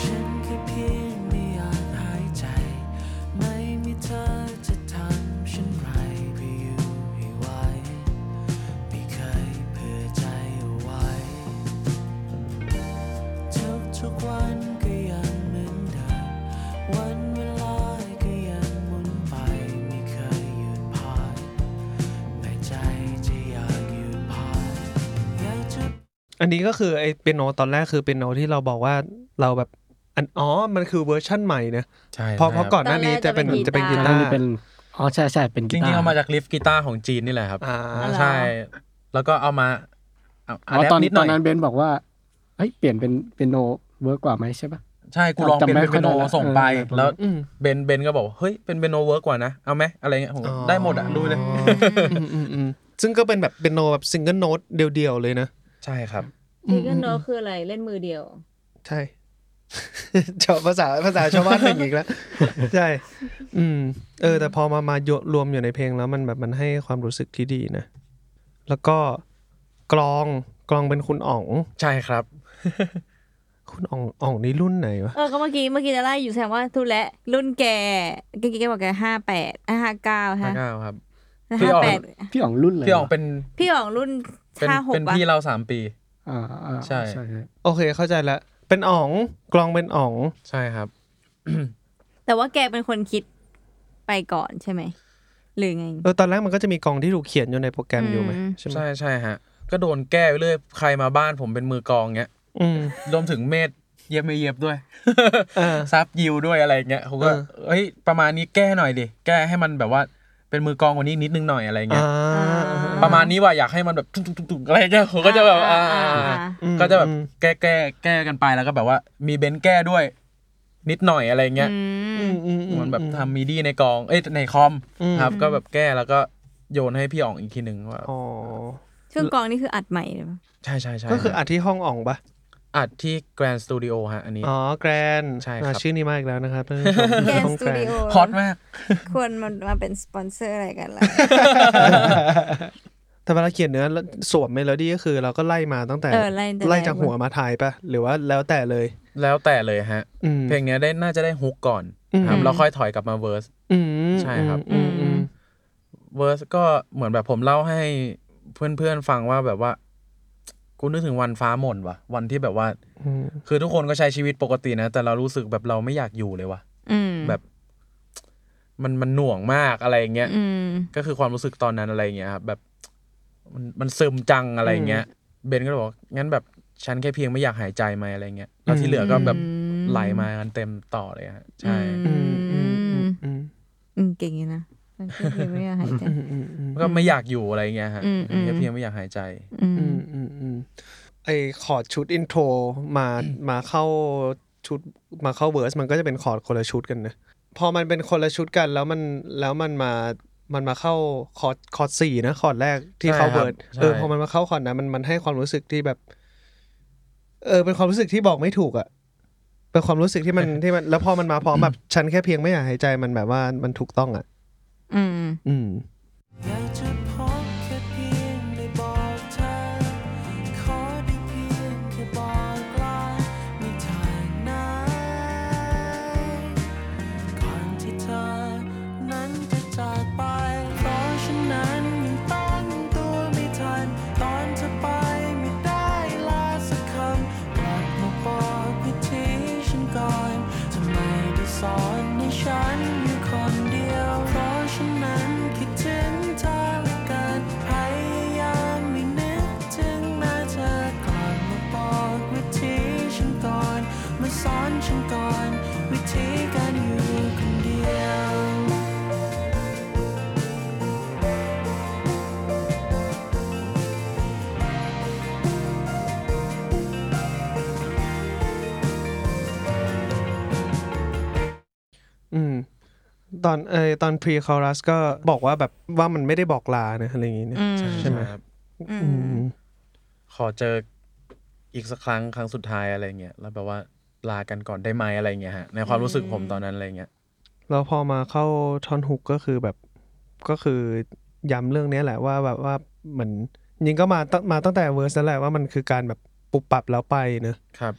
ฉันแค่เพียงไม่อยากหายใจ ไม่มีเธอจะทำฉันไรไปอยู่ให้ไหวไม่เคยเผื่อใจเอาไว้ ทุกทุกๆวันก็ยังเหมือนเดิม วันเวลาก็ยังหมุนไปไม่เคยหยุดพักแม้ใจจะอยากหยุดพักอยากจะ
อันนี้ก็คือไอ้เปียโนตอนแรกคือเปียโนที่เราบอกว่าเราแบบอันอ๋อมันคือเวอร์ชั่นใหม่เนอะ
ใช่
เพราะเพราะก่อนหน้านี้จะเป็นจะเป็นกี
อั
ตาน ร์
นี้เป็นอ๋อใช่ใช่เป็น
จ
กี
ริๆ
ตางร์
เอามาจากลิฟกีตาร์ของจีนนี่แหละครับ
อ่า
ใช่ แล้วก็เอามา
อ๋อ
แด
ตอน
นิดห
ต
น่
อ
อน ย
นั้นเบนบอกว่า เอ้ยเปลี่ยนเป็นเป็นโนเวิร์กกว่าไหมใช่ปะ
ใช่กูลอง
จำ
เป็น
ไม่
เป็นเบนโน
ค่อยได้ละ
ส่งไป
เออเออ
แล้ว
อืม
เบนเบนก็บอกว่าเฮ้ยเป็นเบนโนเวิร์กกว่านะ เอาไหมอะไรเงี้ยผมก็ได้หมดอ่ะลุยเลย
อืมอืมอืมซึ่งก็เป็นแบบเป็นโนแบบซิงเกิลโน้ตเดียวๆเลยนะ
ใช่ครับ
ซิงเกิลโนคืออะไรเล่นมือเดียว
ใช่ ชอบภาษาภาษาชาวบ้านหนึ่งอีกแล้ว ใช่ อืม เออ แต่พอมามายรวมอยู่ในเพลงแล้วมันแบบมันให้ความรู้สึกที่ดีนะ แล้วก็กลองกลองเป็นคุณอ๋อง
ใช่ครับ
คุณอ๋องอ๋องนี่รุ่นไหนวะ
เออก็เมื่อกี้เมื่อกี้จะไล่อยู่แสดงว่าทุและรุ่นแกเมื่อกี้แกบอกแกห้าแปดห้าเก้า
พระ
ฮะ
เก้าครับ พี่
ห้า
อ๋อง
แปด
พี่อ๋องรุ่นเลย
พี่อ๋องเป็น
พี่อ๋องรุ่น
เป็น
ห้าหก
เป็น
ปะ
พี่เราสามปี
อ่าอ่า
ใช่
ใช่
โอเค เข้าใจละ เป็นอ๋องกลองเป็นอ๋อง
ใช่ครับ
แต่ว่าแกเป็นคนคิดไปก่อนใช่ไหมหรือไง
เออ ตอนแรกมันก็จะมีกลองที่ถูกเขียนอยู่ในโปรแกรมอยู่ไหม
อืม
ใช่ไหม
ใช่ใช่ฮะ ก็โดนแก้ไปเรื่อยใครมาบ้านผมเป็นมือกลองเงี้ย
อืม
รวมถึงเมธเย็บไม่เย็บด้วย
เออ
ซับยิวด้วยอะไรเงี้ยผม
เอ
ก็
อ
เอ้ยประมาณนี้แก้หน่อยดิ แก้ให้มันแบบว่าเป็นมือกลองกว่านี้นิดนึงหน่อยอะไรเงี้
อ่าย
ประมาณนี้ว่าอยากให้มันแบบตุ๊กๆๆๆอะไรเงี้ยผมก็จะแบบอ่า
อ่าอ่าอ่า
อืม
ก็จะแบบ
อืม
แก้แก้แก้กันไปแล้วก็แบบว่า มีเบนซ์แก้ด้วย นิดหน่อยอะไรเงี้ย
อืม
อืมอือื
มันแบบทำมิดีในกอง เอ้ยในคอม
อืม
ครับ ก็แบบแก้แล้วก็โยนให้พี่อ๋องอีกทีหนึ่งว่า
อ๋อ
ช่วงกองนี่คืออัดใหม่เลยปะ
ใช่ใช่ใช่
ก็คืออัดที่ห้องอ่องปะ
อัดที่ Grand Studio ฮะ อันนี้
อ๋อ แกรน
ใช่ครับ
อ่าชื่อนี้มาอีกแล้ว นะครับท่านผู้
แกน
ชมห้อง
สตูดิโอ
ฮอตมาก
ควรมามาเป็นสปอนเซอร์อะไรกันล่ะ
แต่เวลาเขียนเนื้อแล้วสวมเมโลดี้ก็คือเราก็ไล่มาตั้งแต่
เออไล่ตั้งแต่
จากหัวมาท้ายปะหรือว่าแล้วแต่เลย
แล้วแต่เลยฮะ
อืม
เพลงเนี้ยได้น่าจะได้ฮุกก่อน
อืม
ครับแล้วค่อยถอยกลับมาเวอร์ส
อืม
ใช่ครับ
อืมอืม
เวอร์สก็เหมือนแบบผมเล่าให้เพื่อนๆฟังว่าแบบว่ากูนึกถึงวันฟ้าหม่นว่ะ วันที่แบบว่า
อืม
คือทุกคนก็ใช้ชีวิตปกตินะ แต่เรารู้สึกแบบเราไม่อยากอยู่เลยว่ะ
อืม
แบบ มันมันหน่วงมากอะไรอย่างเงี้ย
อืม
ก็คือความรู้สึกตอนนั้นอะไรอย่างเงี้ยครับแบบมันมันซึมจังอะไรอย่างเงี้ย เบนก็เลยบอกงั้นแบบฉันแค่เพียงไม่อยากหายใจไหมอะไรเงี้ยแล้วที่เหลือก็แบบ
อืม
ไหลมากันเต็มต่อเลยฮะใช่
อืม
อืมอืมอืม
อืมเก่งอยู่นะมันก็คือไม่ได้หายใจ
อืมอืมอืม
ก็ไม่อยากอยู่อะไรเงี้ยฮะ
อืมอืม
แค่เพียงไม่อยากหายใจ
อืม
อืมอืมอืมไอคอร์ดชุดอินโทรมามาเข้าชุดมาเข้าเวอร์สมันก็จะเป็นคอร์ดคนละชุดกันนะพอมันเป็นคนละชุดกันแล้วมันแล้วมันมามันมาเข้าคอร์ดคอร์ดสี่นะคอร์ดแรกที่เข้า
ใช่ครับ
เวิร์สเออ
ใช่
พอมันมาเข้าคอร์ดนั้นมันมันให้ความรู้สึกที่แบบ เออเป็นความรู้สึกที่บอกไม่ถูกอะเป็นความรู้สึกที่มัน ที่มันแล้วพอมันมาพร้อมแบบฉันแค่เพียงไม่อยากหายใจมันแบบว่ามันถูกต้องอะ
อืม
อืม
อยากจะพบแค่เพียงได้บอกเธอ ขอได้เพียงแค่บอกลาไม่ทางไหนก่อนที่เธอนั้นจะจากไป เพราะฉันนั้นยังตั้งตัวไม่ทัน ตอนเธอไปไม่ได้ลาสักคำกลับมาบอกวิธีฉันก่อนทำไมได้สอนให้ฉันอยู่คนเดียว เพราะฉันนั้นคิดถึงเธอเหลือเกินพยายามไม่นึกถึงหน้าเธอกลับมาบอกวิธีฉันก่อนมาสอนฉันก่อนวิธีการอยู่คนเดียว
อืม ตอนเออตอนพรีคอรัสก็บอกว่าแบบว่ามันไม่ได้บอกลานะอะไรอย่างงี้นะ
อืม
ใช่ไหม
ครับ
อื
อื
ม
ม
ขอเจออีกสักครั้งครั้งสุดท้ายอะไรเงี้ยแล้วแบบว่าลากันก่อนได้ไหมอะไรเงี้ยฮะในความรู้สึกผมตอนนั้นอะไรเงี้ย
แล้วพอมาเข้าท่อนฮุกก็คือแบบก็คือย้ำเรื่องเนี้ยแหละว่าแบบว่าเหมือนยิงก็มาตั้งมาตั้งแต่เวอร์สนั่นแหละว่ามันคือการแบบปุบปับแล้วไปเนอะ
ครับ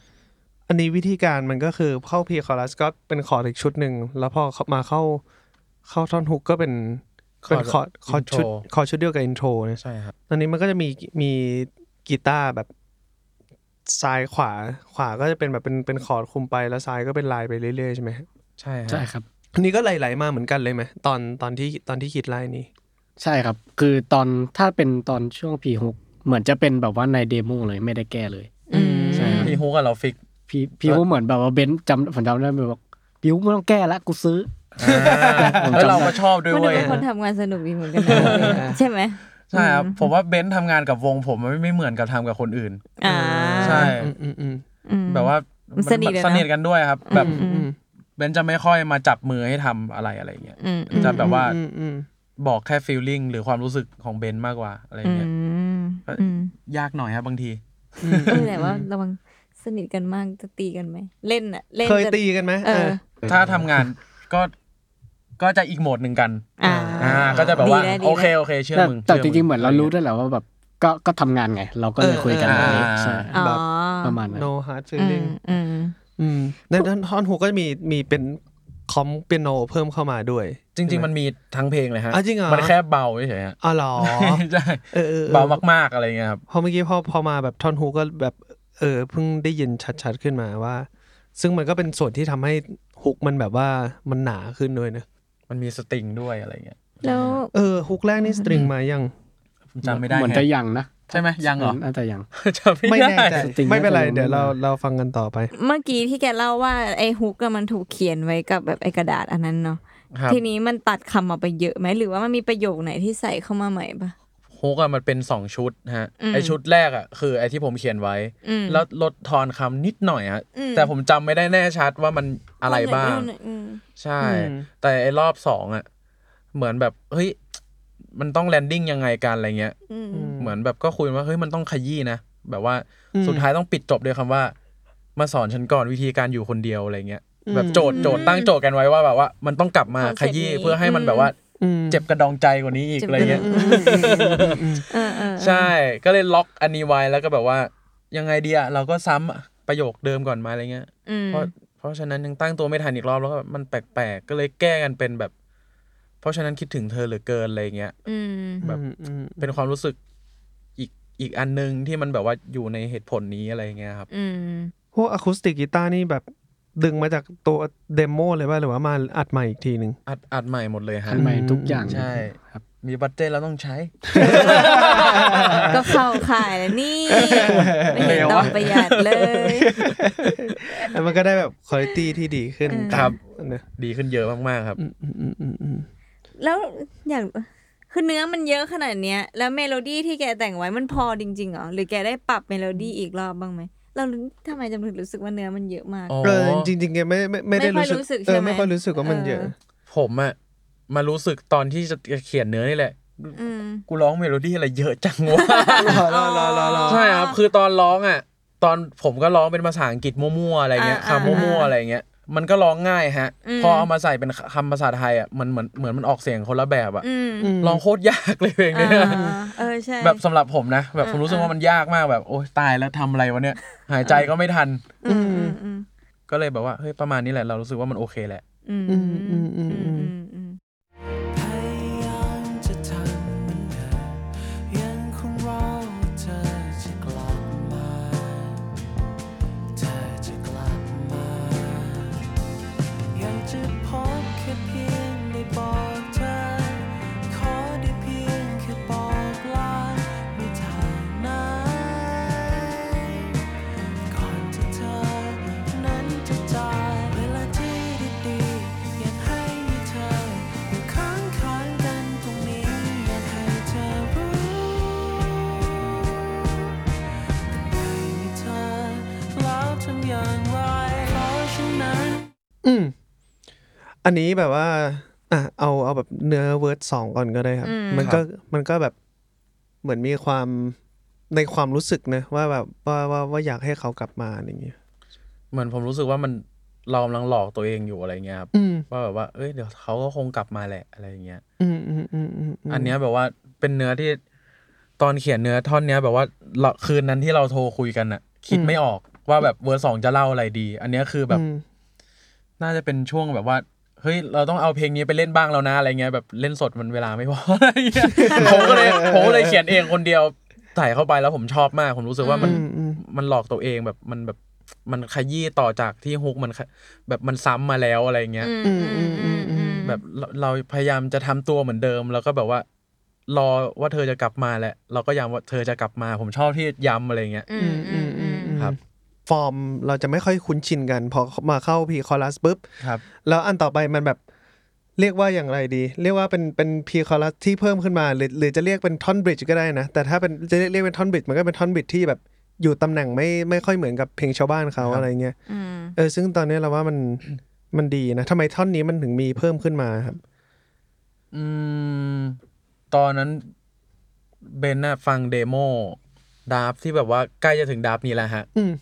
อันนี้วิธีการมันก็คือเข้าพีคอรัสก็เป็นคอร์ดอีกชุดหนึ่ง แล้วพอเข้ามาเข้าเข้าท่อนฮุกก็เป็นเป็นคอร์ดคอร์ดชุด
intro
คอร์ดชุดเดียวกับอินโทรนะ
ใช่ครับ
ตอนนี้มันก็จะมีมีกีตาร์แบบซ้ายขวาขวาก็จะเป็นแบบเป็นเป็นคอร์ดคุมไปแล้วซ้ายก็เป็นลายไปเรื่อยๆใช่ไหม
ใช่ฮะ
ใช่ครับ
อันนี้ก็ไหลๆมาเหมือนกันเลยไหมตอนตอนที่ตอนที่คิดไล่นี้
ใช่ครับ คือตอนถ้าเป็นตอนช่วงพีฮุกเหมือนจะเป็นแบบว่าในเดโมเลยไม่ได้แก้เลย
อืม
ใช่ครับ
พี่ฮุกกับเราฟิก
พีพีฮุกเหมือนแบบว่าเบนซ์จำผมจำได้แบบว่าพีฮุกไม่ต้องแก้ละกูซื้อ ผมจำ
แล้
ได้
วเราก็ชอบด้วย
มันดู
เว้ย
เป็นคนทำงานสนุกดีเหมือนกันนะใช่ไหม
ใช่ครับผมว่าเบนซ์ทำงานกับวงผมมันไม่เหมือนกับทำกับคนอื่น
อ่า
ใ ใช่
อืมอืมอืม
อืม
แบบว่า
มันสนิทเลยนะ
สนิทกันด้วยครับ แบบ
อืมอืม
เบนจะไม่ค่อยมาจับมือให้ทำอะไรอะไรอย่างเงี้ย
อืม
จะแบบว่า
อืมอืม
บอกแค่ฟีลลิ่งหรือความรู้สึกของเบนมากกว่าอะไร
อื
เงี้ย
ม
เอ้ย
อืม
ยากหน่อยครับบางที
อืม
เออแต่ว่าระวังสนิทกันมากจะตีกันไหมเล่นอะเล่น
เคย
จะ
ตีกันไหม
เออ
ถ้าทำงาน ก็ก็จะอีกโหมดหนึ่งกัน
อ่า
อ่า ก็จะแบบว่า
ดีนะดีนะ
โอเคโอเค เชื่อ
แต่
มึง
แต่
ชื่มึ
จริงๆเหมือนเรารู้ด้วยแหละว่าแบบก็ก็ทำงานไง เราก็เลยคุยกันแบบนี้ใช่
อ๋อ
ประมาณนั้น
โนฮาร์ดฟีล
อื
ลิ่ง
มอืม
อืมในท่อนฮุกก็จะมีมีเป็นคอมเปียโนเพิ่มเข้ามาด้วย
จริง ๆ มันมีทั้งเพลงเลยฮะ
อ่ะจริงเหรอ
มันแค่เบาเฉยๆฮะ
อ๋อเหรอ
ใช่
เออเออเออ
เบามากๆอะไรเงี้ยครับ
พอเมื่อกี้พอพอมาแบบท่อนฮุกก็แบบ เออเพิ่งได้ยินชัดๆขึ้นมาว่า ซึ่งมันก็เป็นส่วนที่ทำให้ฮุกมันแบบว่ามันหนาขึ้นด้วยนะ
มันมีสตริงด้วยอะไรเงี้ย
แล้ว
เออฮุกแรกนี่สตริงมายัง
ผมจำไม่ได้
เหมือน
แฮะ
จะยังนะ
ใช่ไหมยังเหรอ
น่าจะยัง
จำไม่
ไม่
ได้
แน่ใจ
สตริง
ไม่เป็นไร
น่าจะยังไม่
เดี๋ยวเรา
มา
เราฟังกันต่อไป
เมื่อกี้ที่แกเล่าว่าไอ้ฮุกอะมันถูกเขียนไว้กับแบบไอ้กระดาษอันนั้นเนาะ
ครับ
ทีนี้มันตัดคำออกไปเยอะไหมหรือว่ามันมีประโยคไหนที่ใส่เข้ามาใหม่ปะ
ฮุกอะมันเป็นสองชุดฮะ
อืม
ไอชุดแรกอะคือไอที่ผมเขียนไว้
อืม
แล้วลดทอนคำนิดหน่อยฮะ
อืม
แต่ผมจำไม่ได้แน่ชัดว่ามันอะไรบ้าง
อืม
ใช่
อืม
แต่ไอรอบสองอะเหมือนแบบเฮ้ยมันต้องแลนดิ้งยังไงกันอะไรเงี้ย
อืม
เหมือนแบบก็คุยว่าเฮ้ยมันต้องขยี้นะแบบว่า
อืม
สุดท้ายต้องปิดจบด้วยคำว่า มาสอนฉันก่อนวิธีการอยู่คนเดียวอะไรเงี้ย
อืม
แบบโจทย์โจทย์ตั้งโจทย์กันไว้ว่าแบบว่า มันต้องกลับมา
คอน
ข
เซ็ปต์
ยี้
นี้
เพื่อให้มันแบบว่า
อืม
เจ็บกระดองใจกว่านี้อีก
เจ็บ
อะไรเงี้ย
อืมอืมอืมอืม
เออเออเออ
ใช่ก็เลยล็อกอันนี้ไว้แล้วก็แบบว่า ยังไงดีอะเราก็ซ้ำประโยคเดิมก่อนไหมาอะไรเงี้ย
อืม
เพราะเพราะฉะนั้นยังตั้งตัวไม่ทันอีกรอบแล้วก็แบบมันแปลกๆก็เลยแก้กันเป็นแบบ เพราะฉะนั้นคิดถึงเธอเหลือเกินอะไรเงี้ย
อืม
แบบ
อืม
เป็นความรู้สึกอีกอีกอันนึงที่มันแบบว่าอยู่ในเหตุผลนี้อะไรเงี้ยครับ
อืม
พวกอะคูสติกกีตาร์นี่แบบดึงมาจากตัวเดโมเลยว่าหรือว่ามาอัดใหม่อีกทีหนึ่ง
อัดอัดใหม่หมดเลยฮะ
อันใหม่ทุกอย่าง
ใช่
ครับ
มีบัตเจตแล้วต้องใช้
ก็เข้าข่ายแล้วนี่ ไม่เห็นต้องประหยัดเลย
แล้วมันก็ได้แบบคุณภาพที่ดีขึ้น
อืม
ตาม
ครับ
เนอะ
ดีขึ้นเยอะมากๆครับ
อืมอืมอืมอืมอืม
แล้วอยากคือเนื้อมันเยอะขนาดเนี้ย แล้วเมโลดี้ที่แกแต่งไว้มันพอจริงๆเหรอหรือแกได้ปรับเมโลดี้อีกรอบบ้างไหมเราทำไมจำถึงรู้สึกว่าเนื้อมันเยอะมาก
อ๋อ
เออจริงจริงๆแกไม่ไม่ไม่ได้
ไม่ค่อย
รู้
รู้สึ
สึ
ก
เอ
ใช่
อ
ไหม
ไม่ค่อยรู้สึกว่ามัน
เออ
เยอะ
ผมอะมารู้สึกตอนที่จะเขียนเนื้อนี่แหละ
อืม
กูร้องเมโลดี้อะไรเยอะจังวะ
รอรอรอรอรอ
ใช่ครับ คือตอนร้องอะตอนผมก็ร้องเป็นภาษาอังกฤษมั่วๆอะไรเงี้ย
อ่า
คำมั่วๆอะไรเงี้ย มันก็ร้องง่ายฮะ
อืม
พอเอามาใส่เป็นคำภาษาไทยอะมันเหมือนเหมือนมันออกเสียงคนละแบบอะ
อืม
ม
ร้องโคตรยากเลยเพลงเนี้ย
อ่าเออใช่
แบบสำหรับผมนะ แบบผม
อ่า
รู้สึก
อ่า
ว่ามันยากมากแบบ โอ๊ยตายแล้วทำอะไรวะเนี่ย หายใจก็ไม่ทัน
อืมอืมอืม
ก็เลยแบบว่าเฮ้ยประมาณนี้แหละเรารู้สึกว่ามันโอเคแหละ
อืม
อื
อื
ม
ม
อืมอื
อื
มอืม
มอืม
พยายามจะทำเหมือนเดิมยังคงรอว่าเธอจะกลับมา เธอจะกลับมาอยากจะพบแค่เพียงได้บอกเธอ ขอได้เพียงแค่บอกลาไม่ทางไหนก่อนที่เธอนั้นจะจากเวลาที่ดีๆอยากให้มีเธออยู่ข้างๆกันตรงนี้ อยากให้เธอรู้แต่ไม่มีเธอแล้วทำอย่างไรเพราะฉันนั้น
อืมอันนี้แบบว่าอ่ะเอาเอาแบบเนื้อเวิร์ดสองก่อนก็ได้ครับ มันก็มันก็แบบเหมือนมีความในความรู้สึกนะว่าแบบว่าว่าว่าอยากให้เขากลับมาอะไรอย่างเงี้ย
เหมือนผมรู้สึกว่ามันเรากำลังหลอกตัวเองอยู่อะไรเงี้ยครับ
อืม
ว่าแบบว่าเอ้ยเดี๋ยวเขาก็คงกลับมาแหละอะไรเงี้ย
อืมอืมอืมอืมม
อันเนี้ยแบบว่าเป็นเนื้อที่ตอนเขียนเนื้อท่อนเนี้ยแบบว่าเราคืนนั้นที่เราโทรคุยกันอะคิด
อืม
ไม่ออกว่าแบบเวอร์สองจะเล่าอะไรดี อันเนี้ยคือแบบ
อืม
น่าจะเป็นช่วงแบบว่าเฮ้ยเราต้องเอาเพลงนี้ไปเล่นบ้างแล้วนะอะไรเงี้ยแบบเล่นสดมันเวลาไม่พออะไรเงี้ยผมก็เลยผมก็เลยเขียนเองคนเดียวใส่เข้าไปแล้วผมชอบมากผมรู้สึกว่ามัน
อืมอืม
มันหลอกตัวเองแบบมันแบบมันขยี้ต่อจากที่ฮุกมันขแบบมันซ้ำมาแล้วอะไรเงี้ย
อืม
อื
อื
ม
ม
อื
อืม
มอื
อืม
มอื
อื
ม
ม
แบบเราเราพยายามจะทำตัวเหมือนเดิม แล้วก็แบบว่ารอว่าเธอจะกลับมาแหละ เราก็ย้ำว่าเธอจะกลับมาผมชอบที่ย้ำอะไรเงี้ย
อื
อื
ม
ม
อื
อื
ม
ม
อื
อื
ม
มอืม
ครับ
ฟอร์มเราจะไม่ค่อยคุ้นชินกันพอมาเข้าพีคอรัสปุ๊บ
ครับ
แล้วอันต่อไปมันแบบเรียกว่าอย่างไรดี เรียกว่าเป็นเป็นพีคอรัสที่เพิ่มขึ้นมาหรือหรือจะเรียกเป็นท่อนบริดจ์ก็ได้นะ แต่ถ้าเป็นจะเรียกเรียกเป็นท่อนบริดจ์มันก็เป็นท่อนบริดจ์ที่แบบ อยู่ตำแหน่งไม่ไม่ค่อยเหมือนกับเพลงชาวบ้านเขา
ครั
อะ
บ
ไรเงี้ย
อืม
เออซึ่งตอนเนี้ยเราว่ามัน มันดีนะทำไมท่อนนี้มันถึงมีเพิ่มขึ้นมาครับ
อืมตอนนั้นเบนน่ะฟังเดโมดาร์ฟที่แบบว่าใกล้จะถึงดาร์ฟนี้แล้วฮะ
อืม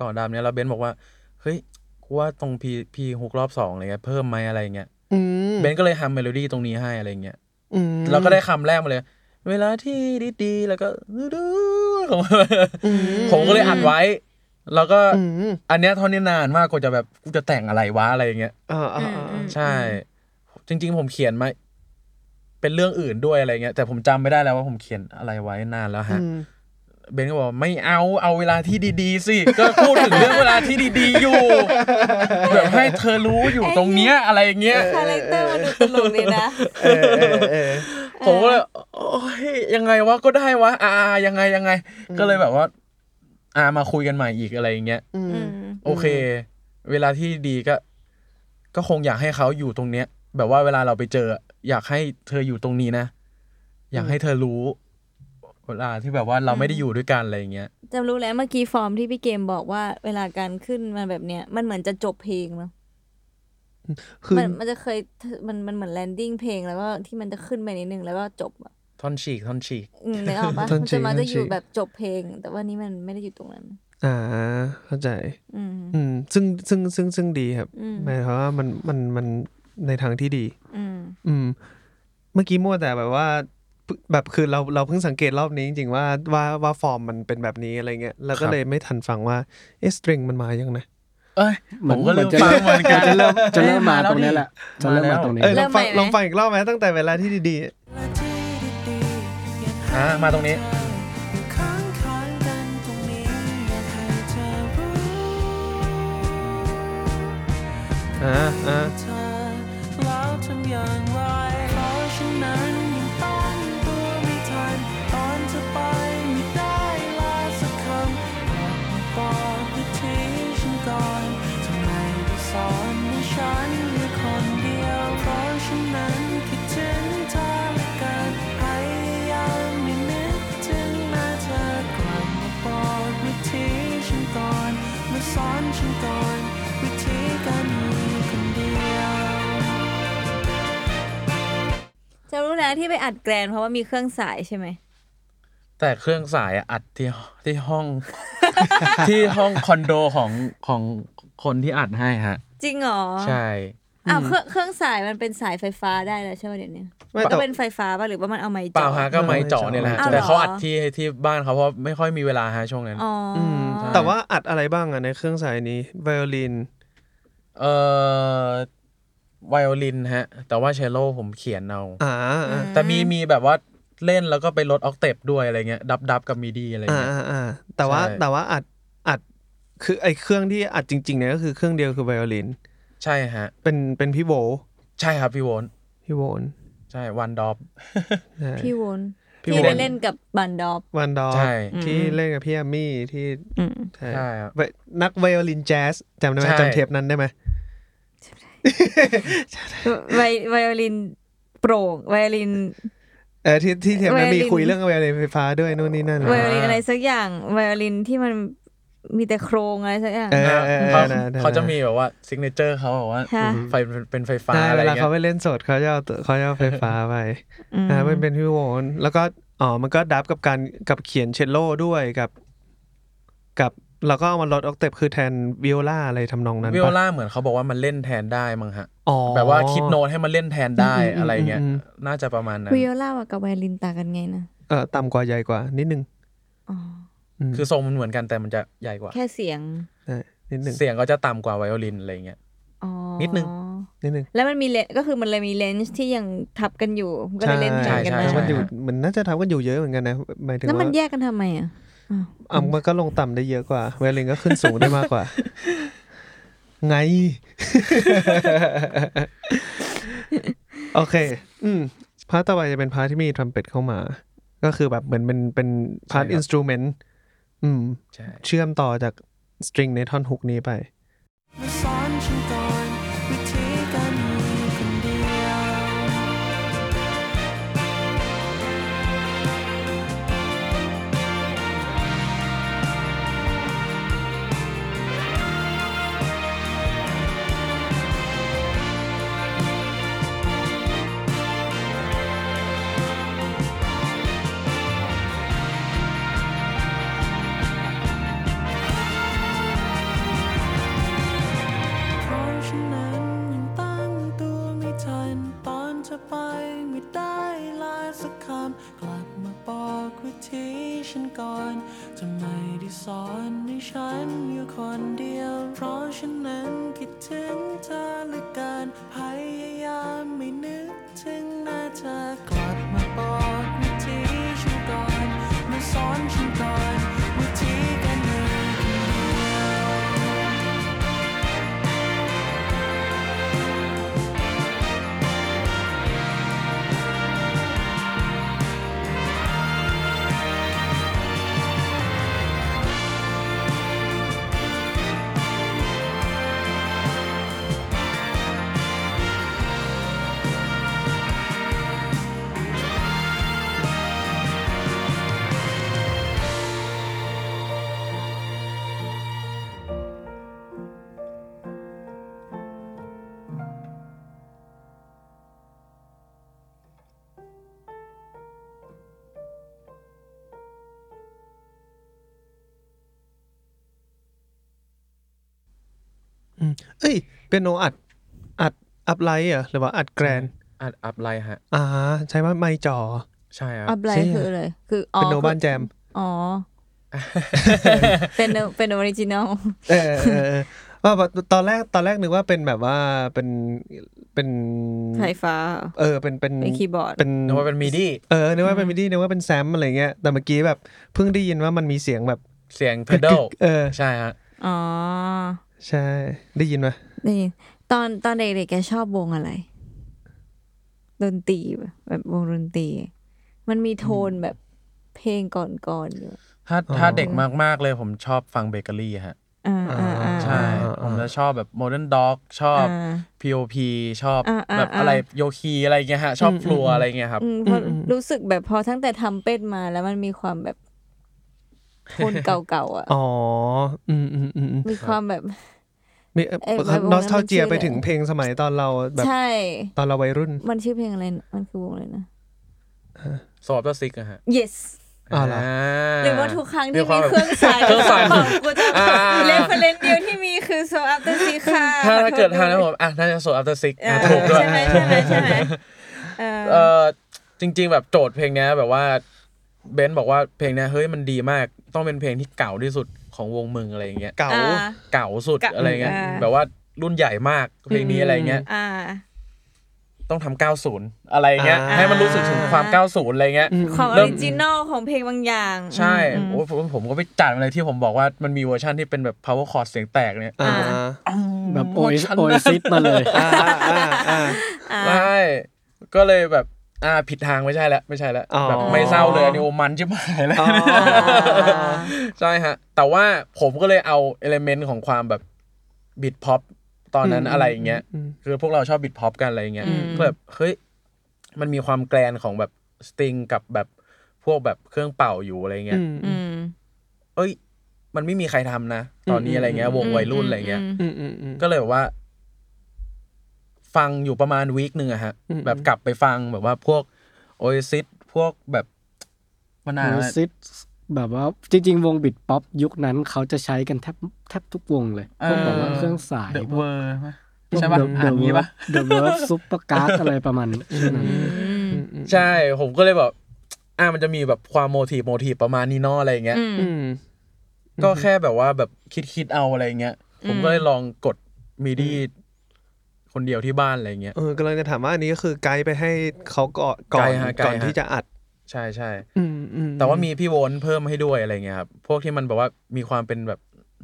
ก่อนดาร์ฟเนี้ยแล้วเบนบอกว่าเฮ้ยกูว่าตรงพีพีฮุกรอบสองอะไรเงี้ยเพิ่มไหมอะไรเงี้ย
อืม
เบนก็เลยทำเมโลดี้ตรงนี้ให้อะไรเงี้ย
อืม
เราก็ได้คำแรกมาเลย เวลาที่ดีๆแล้วก็ดูๆของ
อืม
ผมก็เลยอัดไว้ แล้วก็
อืม
อันเนี้ยท่อนนี้นานมากกว่าจะแบบกูจะแต่งอะไรวะอะไรอย่างเงี้ย
อ่าอ่า
อืมอื
อ่าม
ใช่ จริง ๆ ผมเขียนมา เป็นเรื่องอื่นด้วยอะไรเงี้ยแต่ผมจำไม่ได้แล้วว่าผมเขียนอะไรไว้นานแล้วฮะ
อืม
เบนก็บอกไม่เอาเอาเวลาที่ดีๆสิ ก็พูดถึงเรื่องเวลาที่ดีๆอยู่ แบบให้เธอรู้อยู่ตรงเนี้ยอะไรอย่างเงี้ย
คาแรคเตอร์มันดูตลกดีนะ
เออเออเออ
ผมก็เลยโอ้ยยังไงวะก็ได้วะอ่ายังไงยังไง ก็เลยแบบว่า อ่ามาคุยกันใหม่อีกอะไรอย่างเงี้ย
อืม
อืม
โอเค เวลาที่ดีก็ ก็คงอยากให้เขาอยู่ตรงเนี้ย แบบว่าเวลาเราไปเจอ อยากให้เธออยู่ตรงนี้นะ อยากให้เธอรู้ เวลาที่แบบว่าเราไม่ได้อยู่ด้วยกันอะไรอย่างเงี้ย
จำรู้แล้วเมื่อกี้ฟอร์มที่พี่เกมบอกว่าเวลาการขึ้นมาแบบเนี้ยมันเหมือนจะจบเพลงเนาะ
คือ
มันมันจะเคยมันมันเหมือนแลนดิ้งเพลงแล้วก็ที่มันจะขึ้นไปนิดนึงแล้วก็จบอะ
ท่อนฉีกท่อนฉีก
อืมนึกออกปะ
ท่อน
มัน
ฉี
จะ
ก
มา
ท่
จะ
อน
อ
ฉี
ยู่
ก
แบบจบเพลง แต่ว่านี่มันไม่ได้อยู่ตรงนั้น
อ่า เข้าใจ
อืม
อืม ซึ่งซึ่งซึ่งซึ่งดีครับ
อืม
หมายความว่ามันมันมันในทางที่ดี
อืม
อืม เมื่อกี้มั่วแต่แบบว่าปึแบบคือเราเราเพิ่งสังเกตรอบนี้จริงๆว่าว่าว่าฟอร์มมันเป็นแบบนี้อะไรเงี้ยแล้วก็
ครับ
เลยไม่ทันฟังว่าเอ๊ะสตริงมันมายังนะ
เอ้ย
เห
ผ
มือน
มก็ลืม
เหมือนจะ
ฟัง
เริ่ม
เหมือนกัน
จะ เริ่มจะเริ่มมา
เอ้ยมาแล้ว
ตรงเนี้ยแหละ
นี่
จะเริ่ม
มาแล้
มาว ตรงนี้
เออลองฟัง
เริ่มใหม่ไหม
ลองฟังอีกรอบไหมตั้งแต่เวลาที่ดี
และที่ดีๆอยากให้
อ่ามาตรงนี้
เธออยู่ข้างๆกันตรงนี้อยากให้เธอรู้
ๆอ่าอ่า
เธอแล้วทำอย่างไรเพราะฉะนั้นยังตั้งตัวไม่ทันตอนจะไปไม่ได้ลาสักคำอยากมาบอกวิธีฉันก่อนทำไมไม่สอนให้ฉันอยู่คนเดียวเพราะฉะนั้นคิดถึงเธอเหลือเกินพยายามไม่นึกถึงหน้าเธอกลับมาบอกวิธีฉันก่อนมาสอนฉันก่อนวิธีการอยู่คนเดียว
จำรู้แล้วที่ไปอัดแกรนเพราะว่ามีเครื่องสายใช่ไหม
แต่เครื่องสายอะอัดที่ที่ห้อง ที่ห้องคอนโดของของคนที่อัดให้ฮะ
จริงเหรอ
ใช่
อ้าวเครื่องเครื่องสายมันเป็นสายไฟฟ้าได้แล้วใช่ไหมเดี๋ยวนี้
ไม่
ก็
แต่
เป็นไฟฟ้าป่ะหรือว่ามันเอาไม้
เปล่า
จ่อ
ฮะก็ไม่จ่อเนี่ยแหละฮะ
อ้าวเหรอ
แต่เขาอัดที่ที่บ้านเขาเพราะไม่ค่อยมีเวลาฮะช่วงนั้น
อ๋ออ
ม แต่ว่าอัดอะไรบ้างอ่ะในเครื่องสายนี้ไวโอลิน
เอ่อไวโอลินฮะ แต่ว่าเชลโลผมเขียนเอา
อ่าอ่า
แต่มีมีแบบว่าเล่นแล้วก็ไปลดออกเตปด้วยอะไรเงี้ย ดับดับกับมีดีอะไร
อ่า
เงี้ย
อ่าอ่าแต่ว่า
ใช่
แต่ว่าอัดอัดคือไอ้เครื่องที่อัดจริงๆเนี่ยก็คือเครื่องเดียวคือไวโอลิน
ใช่ฮะ
เป็นเป็นพี่โบ
ใช่ครับพี่โวน
พี่โบน
ใช่วันดอป
ใช่
พี่วน
พี่
พี่
วน
ไปเล่นกับบันดอป
วันดอ
ใช่
ที่เล่นกับพี่แอมมี่ที่
อืม
ใช่
ใช่ครับ
เวนักไวโอลินแจ๊สจำได้ไหม
ใช่
จำเทปนั้นได้ไหม
ไวไวโอลินโปร่งไวโอลิน
เออที่ที่เทปนั้นมี
ไวโอลิน
คุยเรื่องไวโอลินไฟฟ้าด้วยนู่นนี่นั่น
ไว
นะ
โอลินอะไรสักอย่างไวโอลินที่มันมีแต่โครงอะไรสักอย่าง
เออเออเอ
เขา
อนะน
เขาจะมีแบบว่าซิกเนเจอร์เขาแบบว่า
ค่ะ
ไฟเป็นเป็นไฟฟ้า
ใช่
อะไร
เวลา
เงี้
เขา
ย
ไปเล่นสดเขาจะเอาตัวเขาจะเอาไฟฟ้าไป
อืม
นะมันเป็นพี่โบนแล้วก็อ๋อมันก็ดับกับการกับเขียนเชลโล่ด้วยกับ กับแล้วก็เอามาลดออกเต็ปคือแทนวิโอลาอะไรทำนองนั้น
วิโอ
ปะ
ลาเหมือนเขาบอกว่ามันเล่นแทนได้มั้งฮะ
อ๋อ
แบบว่าคิดโน้ตให้มันเล่นแทนได้
อืมอืม
อะไรเงี้ย
อืม
น่าจะประมาณนั้น
วิโอลากับไวโอลินต่างกันไงนะ
เออต่ำกว่าใหญ่กว่า นิดนึง
อ๋อ
ม
คือทรงมันเหมือนกันแต่มันจะใหญ่กว่า
แค่เสียง
ใช่นิดนึง
เสียงก็จะต่ำกว่าไวโอลินอะไรเงี้ย
อ๋อ
นิดนึง
นิดนึง
แล้วมันมีเลนก็คือมันเลยมีเลนส์ที่ยังทับกันอยู่ก็เลยเล่นแข่งกัน
ใช่
มา
ใช่
มันอยู่
ใช่
มันน่าจะทำกันอยู่เยอะเหมือนกันนะหมายถึง
แล้วมัน
ว่า
แยกกันทำไมอ่ะ
อ่ะมันก็ลงต่ำได้เยอะกว่าเวลินก็ขึ้นสูงได้มากกว่า ไง โอเค อืมพาร์ทต่อไปจะเป็นพาร์ทที่มีทรัมเป็ตเข้ามา ก็คือแบบเหมือนเป็นเป็นพาร์ท
ใช่ครับ
อินสตูเมนต์อืม
ใช่
เชื่อมต่อจากสตริงในท่อนฮุกนี้ไป
มาสอนฉันก่อนวิธีการอยู่คนเดียว
อ
อไปไม่ได้ลาสักคำกลับมาบอกวิธีฉันก่อนจะไม่ได้สอนให้ฉันอยู่คนเดียว เพราะฉันนั้นคิดถึงเธอเหลือเกินพยายามไม่นึกถึงหน้าเธอกลับมาบอกวิธีฉันก่อนมาสอนฉันก่อนวิธีการเงิน
เอ้ยเปียโนอัดอัดอัพไลท์เหรอหรือว่าอัดแกรน
อัดอัพไลน์ฮะ
อ่าใช้ว่าไม่จ่อ
ใช่ครับ
อัพไล
ใช่
น์
อะ
คืออะไรคืออ๋อ
เป็นโนบ้านแจม
อ๋อ เป็นโนเป็นออริจินอล
เออเออเออว่าแบบตอนแรกตอนแรกนึกว่าเป็นแบบว่าเป็นเป็น
ไฟฟ้า
เออเป็นเป็น
เป็นคีย์บอร์ด
เป็น
นึกว่าเป็นมี ดี้
เออนึกว่าเป็นมิดี้นึกว่าเป็นแซมอะไรเงี้ยแต่เมื่อกี้แบบเพิ่งได้ยินว่ามันมีเสียงแบบ
เสียงเพด a ล
เออ
ใช่ฮะ
อ๋อ
ใช่ได้ยินไหม
นี่ตอนตอนเด็กๆแกชอบวงอะไร ดนตรีปะแบบวงดนตรี มันมีโทนแบบเพลงก่อนๆอยู่
ถ้าถ้าเด็กมาก ๆ เลยผมชอบฟังเบเกอรี่ฮะ
อ่าอ่าอ่า
ใช่ ผมจะชอบแบบ Modern Dog ชอบ
อ่า
P.O.P ชอบ
อ่าอ่า
แบบอะไร
อ่
โยคีอะไรเงี้ยฮะ ชอบฟลัวอะไรเงี้ยครับ
อืมเพราะรู้สึกแบบพอตั้งแต่ทำเป็ดมาแล้วมันมีความแบบโทนเก่าๆอ่ะ
อ๋ออืมอืมอืมอืม
มีความแบบ
มี
เอ้ยแบบวงนั้น
นอสเทาเจีย
มันชื่ออะไร
ไปถึงเพลงสมัยตอนเราแบบ
ใช่
ตอนเราวัยรุ่น
มันชื่อเพลงอะไรนะมันคือวงอะไรนะ
สอบตัวซิกอะฮะ
yes
อ๋อเหรอ
หรือว่าทุกครั้งที่
วา
มี
มแบบ
เครื่องสาย
เครื่องสาย
ของกูจะ
อ่า
เรฟเฟรนเดียวที่มีคือ so after six ค่ะ
ถ้าถ้าเกิดทางนะผมอ่ะน่าจะสอบ after six
อ่า
อ่ะถูกด้วย
ใช่ไหมใช่ไหมใช่ไหมเอ
เอ
อ
อจริง ๆ แบบโจทย์เพลงเนี้ยแบบว่าเบนซ์บอกว่าเพลงเนี้ยเฮ้ยมันดีมาก ต้องเป็นเพลงที่เก่าที่สุดของวงมึงอะไรอย่างเงี้ย
เก่า
อ่า
เก่าสุด
เก่า
อะไรเงี้ย
อ่า
แบบว่ารุ่นใหญ่มากเพลงนี้อะไรเงี้ย
อ่า
ต้องทำ90 อะไรเงี้ย
อ่า
ให้มันรู้สึกถึงความ 90 อะไรเงี้ย
ความอ
เริ่
อ
ม
ริจินอลของเพลงบางอย่าง
ใช่
อืม
โอ้ผมผมก็ไปจัดอะไรที่ผมบอกว่ามันมีเวอร์ชันที่เป็นแบบ power chord เสียงแตกเนี่ย
อ่า
อ่า
แบบโอเอสโอเอซิสมาเลย
อ่าอ่าอ่า
อ่า
ใช่ก็เลยแบบอ่าผิดทางไม่ใช่แล้วไม่ใช่แล้ว
อ๋อ
แบบไม่เศร้าเลยอันนี้โอ้มันชิบหายแล้ว
อ๋อ
ใช่ฮะ แต่ว่าผมก็เลยเอาเอลเมนต์ของความแบบบิดพ็อปตอนนั้นอะไรอย่างเงี้ย
อืม
คือพวกเราชอบบิดพ็อปกันอะไรอย่างเงี้ย
อืม
เพื่อแบบเฮ้ยมันมีความแกลนของแบบสตริงกับแบบพวกแบบเครื่องเป่าอยู่อะไรเงี้ย
อืม
เอ้ย มันไม่มีใครทำนะ ตอนนี้อะไรเงี้ย วงวัยรุ่นอะไรเงี้ย
อืมอืมอืม
ก็เลยแบบว่า ฟังอยู่ประมาณวีคหนึ่งอะฮะ
อืม
แบบกลับไปฟังแบบว่าพวกโอเอซิสพวกแบบมันนาน
โอ
แล้ว
ซิสแบบว่าจริง ๆ วงบิดป๊อปยุคนั้นเขาจะใช้กันแทบแทบทุกวงเลยพวกแบบว่าเครื่องสาย
The
พวก
Word ปะใช่ป่ะอ่านงี้ปะ
เดอะเวิร์ฟซุปเปอร์การ์ดอะไรประมาณนี้ช่วงนั้น
ใช่ ผมก็เลยแบบ อ่ามันจะมีแบบความโมทีฟโมทีฟประมาณนี้เนอะอะไรอย่างเงี้ย
อืม
อืม
ก็แค่แบบว่าแบบคิดคิดเอาอะไรอย่างเงี้ย ผมก็เลยลองกดมีดีคนเดียวที่บ้านอะไรอย่างเงี้ย
เออกำลังจะถามว่าอันนี้ก็คือไกด์ไปให้เขาก่อนก่อน
ไกด์ฮะไกด์ฮะ
ก่อนที่จะอัด
ใช่ใช่
อืมอื
แต่ว่ามีพี่โวนเพิ่มให้ด้วยอะไรเงี้ยครับ พวกที่มันแบบว่ามีความเป็นแบบ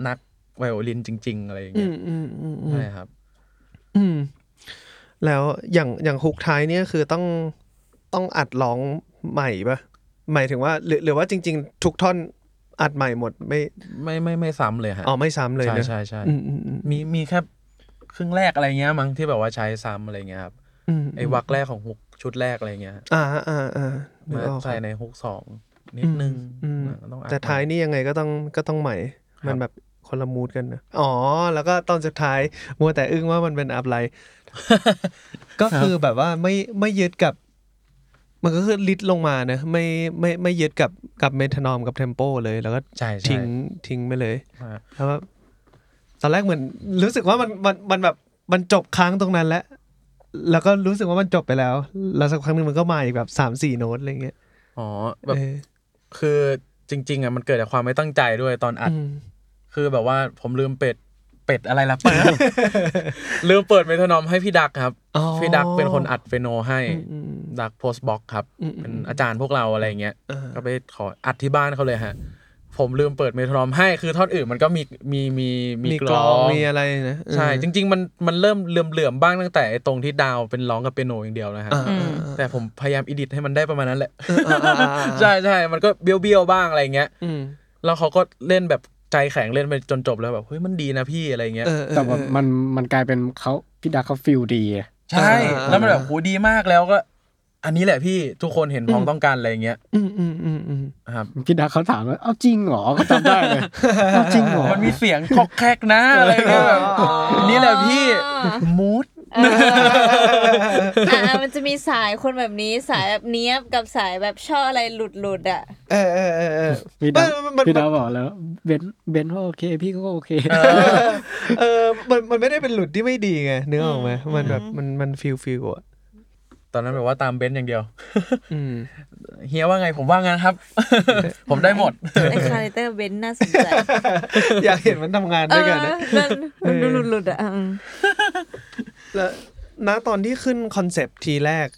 นักไวโอลินจริง ๆ อะไรอย่าง
อื
เงี้ย
มอืมอืมอืม
ใช่ครับ
อืมแล้วอย่างอย่างฮุกท้ายเนี่ยคือต้องต้องอัดร้องใหม่ปะหมายถึงว่าหรือหรือว่าจริง ๆ ทุกท่อนอัดใหม่หมดไม่
ไม่ไม่ไม่ซ้ำเลยฮะ
อ๋อไม่ซ้ำเลย
ใช่
นะ
ใช่ใช่
อืมอืมอืม
มีมีแค่ครึ่งแรกอะไรเงี้ยมั้งที่แบบว่าใช้ซ้ำอะไรเงี้ยครับ
อืม
ไอ้วักแรกของฮุกชุดแรกอะไรเงี้ยฮะ
อ่าอ่าอ่านึก
มา
ออก
ใส่ในฮุกสองนิดนึงอ่ะต้องอัด
แต่ท้ายนี่ยังไงก็ต้องก็ต้องใหม่ มันแบบคนละมูดกันนะอ๋อ แล้วก็ตอนสุดท้ายมัวแต่อึ้งว่ามันเป็นอัพไลน์ ก็คือแบบว่าไม่ไม่ยึดกับ มันก็คือลิดลงมานะไม่ไม่ไม่ยึดกับกับเมทานอมกับเทมโปเลยแล้วก็
ใช่ใช่
ทิ้งทิ้งไปเลย
อ่ะ
แล้วก็ตอนแรกเหมือนรู้สึกว่ามันมันมันแบบมันจบค้างตรงนั้นแล้ว แล้วก็รู้สึกว่ามันจบไปแล้ว แล้วสักพักหนึ่งมันก็มาอีกแบบสามสี่โน้ตอะไรเงี้ย
อ๋อแบบ
เออ
คือจริง ๆอ่ะมันเกิดจากความไม่ตั้งใจด้วยตอนอัด
อืม
คือแบบว่าผมลืมเป็ดเป็ดอะไรล่ะเป็ด ลืมเปิดเมโทรนอมให้พี่ดักครับ
อ๋อ
พี่ดักเป็นคนอัดเฟโนให้
อืมๆ
ดักโพสบ็อกครับ
อืมๆ
เป็นอาจารย์พวกเราอะไรเงี้ย
เออ
ก็ไปขออัดที่บ้านเขาเลยฮะ ผมลืมเปิดเมโทรนอมให้คือท่อนอื่นมันก็มีมีมีมี
มี
ก
กล
ล
อ
อง ง
มีอะไรนะ
ใช่ จริง ๆ มันมันเริ่มเหลื่อมเหลื่อมๆบ้างตั้งแต่ไอ้ตรงที่ดาวเป็นร้องกับเปียโนอย่างเดียวนะฮะ
อ่า
อืม
แต่ผมพยายามอิดิทให้มันได้ประมาณนั้นแหละ
ๆๆ
ใช่ใช่มันก็เบี้ยวเบี้ยวๆบ้างอะไรเงี้ย
อืม
แล้วเขาก็เล่นแบบใจแข็งเล่นไปจนจบแล้วแบบเฮ้ยมันดีนะพี่อะไรเงี้ย
เออๆๆ
แต่แบบมันมันกลายเป็นเขาพี่ดักเขาฟิลดี
ใช่
เออ
แล้วมันแบบโหดีมากแล้วก็ อันนี้แหละพี่ทุกคนเห็นพ้องต้องการอะไรเงี้ย
อืมอืมอืมอืม
ครับ
พี่ดักเขาถามว่าเอาจริงเหรอเขาจำได้เลย เอาจริงเหรอ
มันมีเสียงคอกแคกนะอะไรเงี้ยแบบนี่แหละพี่มูด
เอออ่ะมันจะมีสายคนแบบนี้สายแบบเนี้ยบกับสายแบบชอบอะไรหลุดหลุดๆอ่ะ
เออเออเออเออ
พี่ดัก
มันมัน
พี่ดักบอกแล้วเบนเบนว่าโอเคพี่ก็โอเค
เออมันมันไม่ได้เป็นหลุดที่ไม่ดีไงเนื้อออกไหมมันแบบมันมันฟิลฟิลอ่ะ
ตอนนั้นแบบว่าตามเบนซ์อย่างเดียว
อืม
เฮียว่าไงผมว่างั้นครับ ผมได้หมด
ไอคาแรคเตอร์เบนซ์น่าสนใจ
อยากเห็นมันทำงาน
เอ
ด้วย
อ
กันนะ
มันมันดูหลุดหลุดๆอ่ะอืม
แล้วณตอนที่ขึ้นคอนเซปต์ทีแรก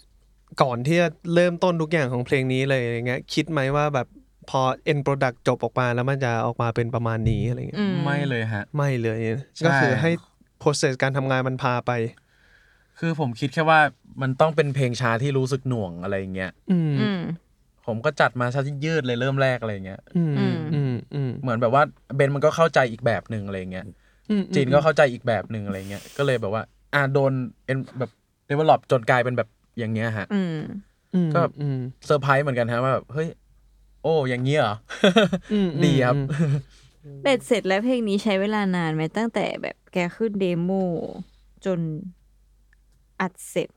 ก่อนที่จะเริ่มต้นทุกอย่างของเพลงนี้เลยอย่างเงี้ยคิดไหมว่าแบบพอ end product จบออกมาแล้วมันจะออกมาเป็นประมาณนี้อะไรเงี้ย
ไม่เลยฮะ
ไม่เลยนะ
ใช่
ก็คือให้ process การทำงานมันพาไป
คือผมคิดแค่ว่ามันต้องเป็นเพลงช้าที่รู้สึกหน่วงอะไรเงี้ย
อืม
อืม
ผมก็จัดมาซะยืดเลยเริ่มแรกอะไรเงี้ย
อืม
อืม
อืม อืม
เหมือนแบบว่าเบนซ์มันก็เข้าใจอีกแบบหนึ่งอะไรเงี้ย
อืม
จีนก็เข้าใจอีกแบบหนึ่งอะไรเงี้ย ก็เลยแบบว่าอ่าโดนเอ็นแบบเดเวลลอปจนกลายเป็นแบบอย่างเงี้ยฮะ
อืม
อืม
ก็แบบ
อืม
เซอร์ไพรส์เหมือนกันฮะว่าแบบเฮ้ย โอ้อย่างเงี้ยเหรอ
อืม
ดีครับ
เป็ดเสร็จแล้วเพลงนี้ใช้เวลานานไหมตั้งแต่แบบแกขึ้นเดโมจนอัดเสร็จ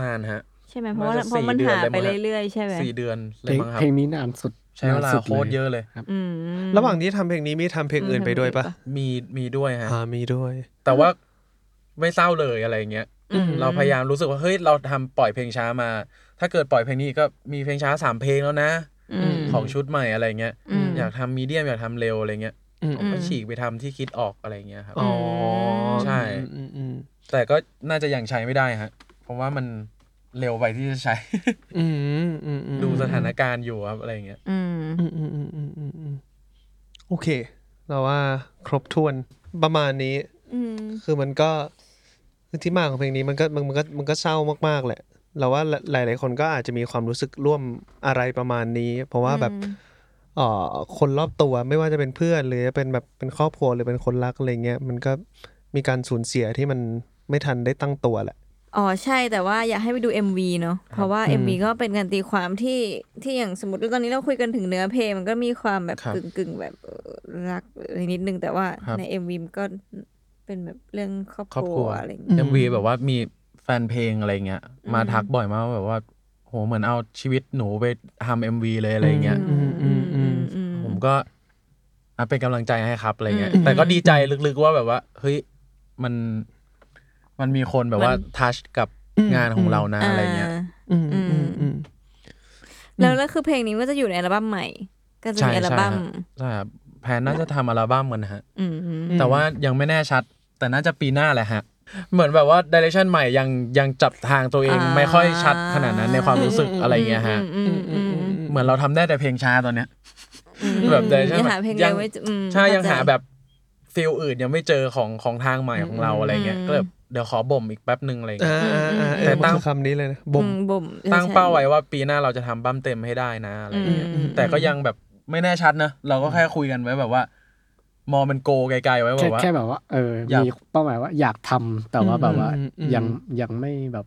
นานฮะ
ใช่ไหมเพราะว่า
น่าจะ
เพราะมัน
สี่เดือน
หา
เลย
ไป
มั้งฮะ
เรื่อยๆใช่ไหม
สี่เดือนเล
เพ
ย
ลง
มั้งครับ
เพลงนี้นานสุด
ใช้เวลาโคตรเยอะเลย
อืม
ระหว่างนี้ทำเพลงนี้มีทำเพลงอื่นไปด้วยปะ
มีมีด้วยฮะ
อ่ามีด้วย
แต่ว่าไม่เศร้าเลยอะไรเงี้ย
อืม
เราพยายามรู้สึกว่าเฮ้ยเราทำปล่อยเพลงช้ามา ถ้าเกิดปล่อยเพลงนี้ก็มีเพลงช้าสามเพลงแล้วนะ
อืม
ของชุดใหม่อะไรเงี้ย
อืม
อยากทำมีเดียมอยากทำเร็วอะไรเงี้ย
อืม
ผมก็ฉีกไปทำที่คิดออกอะไรเงี้ยครับ
อ๋อ
ใช่
อืมอืม
แต่ก็น่าจะยังใช้ไม่ได้ฮะ เพราะว่ามันเร็วไปที่จะใช้
อืมอืมอืม
ดูสถานการณ์อยู่ครับอะไรเงี้ย
อืม
อืมอืมอืมอืมอืมอืมโอเค เราว่าครบถ้วนประมาณนี้
อืม
คือมันก็ที่มาของเพลงนี้มันก็มันมันก็มันก็เศร้ามากๆแหละ เราว่าหลาย ๆ คนก็อาจจะมีความรู้สึกร่วมอะไรประมาณนี้ เพราะว่าแบบเอ่อคนรอบตัวไม่ว่าจะเป็นเพื่อนหรือเป็นแบบเป็นครอบครัวหรือเป็นคนรักอะไรเงี้ยมันก็มีการสูญเสียที่มันไม่ทันได้ตั้งตัวแหละ
อ๋อใช่แต่ว่าอยากให้ไปดู MV เนอะเพราะว่า
อืม
MV ก็เป็นการตีความที่ที่อย่างสมมติว่าตอนนี้เราคุยกันถึงเนื้อเพลงมันก็มีความแบบ
ครับ
กึ่งกึ่งๆแบบเอ่อรักอะไรนิดนึงแต่ว่า
ครับ
ใน MV มันก็เป็นแบบเรื่องครอบ
ครอบ
ค
ครั
รัว
ว
อะไรอย่างเงี้ย
เอ็มวีแบบว่ามีแฟนเพลงอะไรเงี้ย มาทักบ่อยมากว่าแบบว่าโหเหมือนเอาชีวิตหนูไปทำเอ็มวีเลยอะไรเงี้ย
อืมอืมอืม
ผมก็อ่ะเป็นกำลังใจให้ครับอะไรเงี้ย
อืม
แต่ก็ดีใจลึกๆว่าแบบว่า เฮ้ยมันมันมีคนแบบว่าม
น
ทัชกับงานของเรานะอะไรเงี้ย
อ่า
อืมอืมอืม
แล้วแล้วคือเพลงนี้มันก็จะอยู่ในอัลบั้มใหม่ ก็จะ
ใช่
มีอัลบั้ม
ใช่ฮะ ใช่ครับแพนน่าจะทำอัลบั้มกันนะฮะ
อืมอืม
แต่ว่ายังไม่แน่ชัด แต่น่าจะปีหน้าแหละฮะ เหมือนแบบว่าดิเรกชันใหม่ยังยังจับทางตัวเองไม่ค่อยชัดขนาดนั้นในความรู้สึกอะไรเงี้ยฮะ
อืมอืมอืม
เหมือนเราทำได้แต่เพลงช้าตอนเนี้ย แบบดิเรกชัน
ยัง
ใหม่
หาเพลงเร็
ยัง
วไว้อืม
ใช่ยังหา
เข้จ
แบบฟิลอื่นยังไม่เจอของของทางใหม่ของเราอะไรเงี้ย
อืม
ก็เลยเดี๋ยวขอบ่มอีกแป๊บหนึ่งอะไร
อ่า
เงี้ย
อ่าอ่า
แต่
แต่
ตั้
ตั้
ง
งคำนี้เลยนะบ่ม
อืมบ่ม
ตั้ง
ใช่
เป้าไว้ว่าปีหน้าเราจะทำบั้มเต็มให้ได้นะอะไรเงี้ย
อืม
แต่ก็ยังแบบไม่แน่ชัดนะเราก็แค่คุยกันไว้แบบว่า มองเป็นโกไกลๆไว้แบ
แค่
บว่า
แค่แบบว่า เออ
อยาก
มีเป้าหมายว่าอยากทำแต่ว่าแบบว่า
อืมอืม
ยังยังไม่แบบ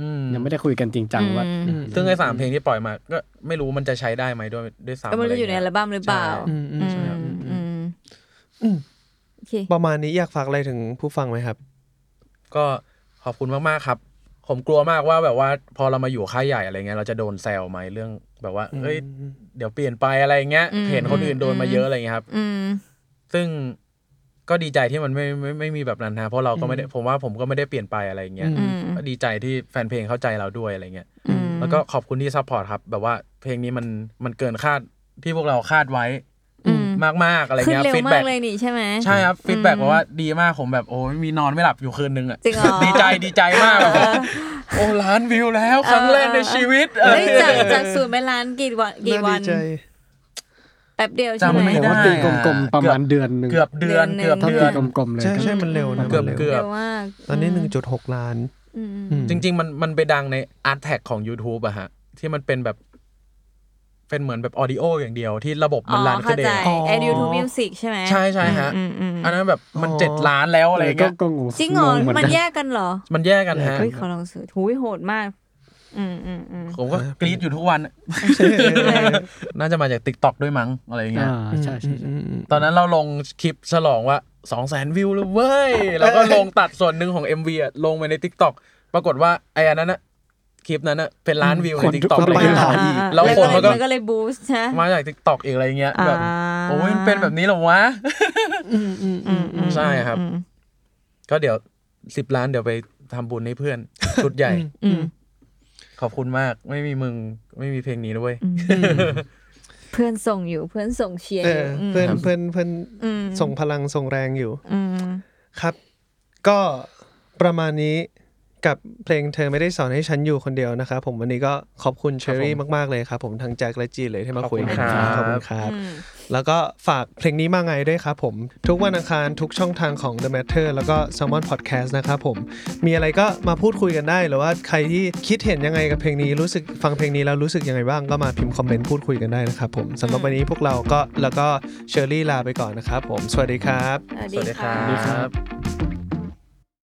อืม
ยังไม่ได้คุยกันจริงจังว่า
อืม
อืม
ซึ่งไอ้สามเพลงที่ปล่อยมาก็ไม่รู้มันจะใช้ได้ไหมด้วยด้วยซ้ำ
ก็ไม่รู้อยู่ในอัล
ไรเงี้
บั้มหรือเปล่า
ใช่
อืมอืม
อื
ใช่
ม
ครับอืมอื
อื
ม
มโอเค
ประมาณนี้อยากฝากอะไรถึงผู้ฟังไหมครับ
ก็ขอบคุณมากๆครับ ผมกลัวมากว่าแบบว่าพอเรามาอยู่ค่ายใหญ่อะไรเงี้ยเราจะโดนแซวไหมเรื่องแบบว่าเอ้ยเดี๋ยวเปลี่ยนไปอะไรเงี้ย
อืม
เห็นคนอื่นโดนมาเยอะอะไรเงี้ยครับ
อืม
ซึ่ง ก็ดีใจที่มันไม่ไม่ไม่มีแบบนั้นฮะเพราะเราก็ไม่ได้ผมว่าผมก็ไม่ได้เปลี่ยนไปอะไรอย่างเงี้ย
อืม
ก็ดีใจที่แฟนเพลงเข้าใจเราด้วยอะไรเงี้ย
อืม
แล้วก็ขอบคุณที่ซัพพอร์ตครับ แบบว่าเพลงนี้มันมันเกินคาดที่พวกเราคาดไว้
อืม
มาก ๆ อะไร
ขึ้น
เงี้ย
เร็ว
ฟีด
มา
แบ็
กเลยนี่ใช่ไหม
ใช่ครับฟีดแบ็
อืม
บอกว่าดีมากผมแบบโอ้ยมีนอนไม่หลับอยู่คืนนึงอ่ะ
จริงเหรอ
ดีใจดีใจมากแบบว่าโอ้ล้านวิวแล้วครั้งแรกในชีวิตเออ
เฮ้ยจากจากศูนย์ไปล้านกี่วันกี่
น่า
วั
ดี
น
ใจ
แป๊บเดียวใช่ไหม
จำไม่
ผม
ได้
ว่าตีกลมๆประมาณเดือนหนึ่ง
เกือบเดือน
เดื
เกื
อ
อน บ
หนึ่ง
ถ้า
เดือ
ตี
น
กลมๆเลย
ใช่ใช่มันเร็วนะ
เกือบ
มัน
เกื
เร็ว
อบ
เร็วมาก
ตอนนี้ 1.6 ล้าน
อืม
อืม
จริง ๆ มันมันไปดังใน Art t a g ของ YouTube อะฮะ ที่มันเป็นแบบ เป็นเหมือนแบบออดิโออย่างเดียวที่ระบบมันรัน
อ๋อ
ก็
เข้า
เด
ใจ
ง
ไอยูทูบมิวสิกใช่ไหม
ใช่ใช่ฮะ
อืมอืม
อันนั้นแบบมัน
อ๋อ
เจ็ดล้านแล้วอะไร
ก็
เงี้ย
ก็งง
จริงเหรอ
งเหมือน
มัน
กัน
แยกกันเหรอ
มันแยกกันฮะ
เฮ้ยขอลองสูตรหูยโหดมาก อืมอืมอืม
ผมก็กรี๊ดอยู่ทุกวัน น่าจะมาจาก t ิ k t o k ด้วยมั้งอะไรเงี้ย
อ่าใช่ใช่ใช่
ตอนนั้นเราลงคลิปฉลองว่า2 0 0 0 0 0 วิวเลยเว้ย แล้วก็ลงตัดส่วนหนึ่งของ MV อะลงไปใน t ิ k t o k ปรากฏว่าไอ้อันนั้นอะคลิปนั้นอะเป็นล้านวิวใน
คน
t ิ k t o k
ทุกคน
เลย
ไปหา
อะ
อ่าอ่า
แล้วคนมันก็
มันก็เลยบูสต์ใช่ไหม
มาจาก t ิ k t o k อีกอะไรเงี้ยแบบ
อ่า
โอ้ยมันเป็นแบบนี้เหรอวะ
อืมอืม
ใช่ครับ
อืม
ก็เดี๋ยวสิบล้านเดี๋ยวไปทำบุญให้เพื่อน ชุดใหญ่
อืม
ขอบคุณมาก ไม่มีมึง ไม่มีเพลงนี้ด้วย
เพื่อนส่งอยู่เพื่อนส่งเชียร์
เอ
อ
อยู่ เพื่อนเพื่อนเพื่อน
อืม
ส่งพลังส่งแรงอยู่
อืม
ครับ ก็ประมาณนี้กับเพลงเธอไม่ได้สอนให้ฉันอยู่คนเดียวนะครับผมวันนี้ก็ขอบคุณเชอรี่มาก ๆ เลยครับผมทางแจ็คและจีเลยที่มาคุยกัน
ขอบคุณครับ
ขอบคุณครับ
อืม
แล้วก็ฝากเพลงนี้มาไงด้วยครับผม ทุกวันอังคารทุกช่องทางของ The Matter แล้วก็ Salmon Podcast นะครับผม มีอะไรก็มาพูดคุยกันได้ หรือว่าใครที่คิดเห็นยังไงกับเพลงนี้รู้สึกฟังเพลงนี้แล้วรู้สึกยังไงบ้างก็มาพิมพ์คอมเมนต์พูดคุยกันได้นะครับผมสำหรับวันนี้พวกเราก็แล้วก็เชอรี่ลาไปก่อนนะครับผม สวัสดีครับ
สวัส
สวัส
ดี
ดีค
ค่ะ
รับ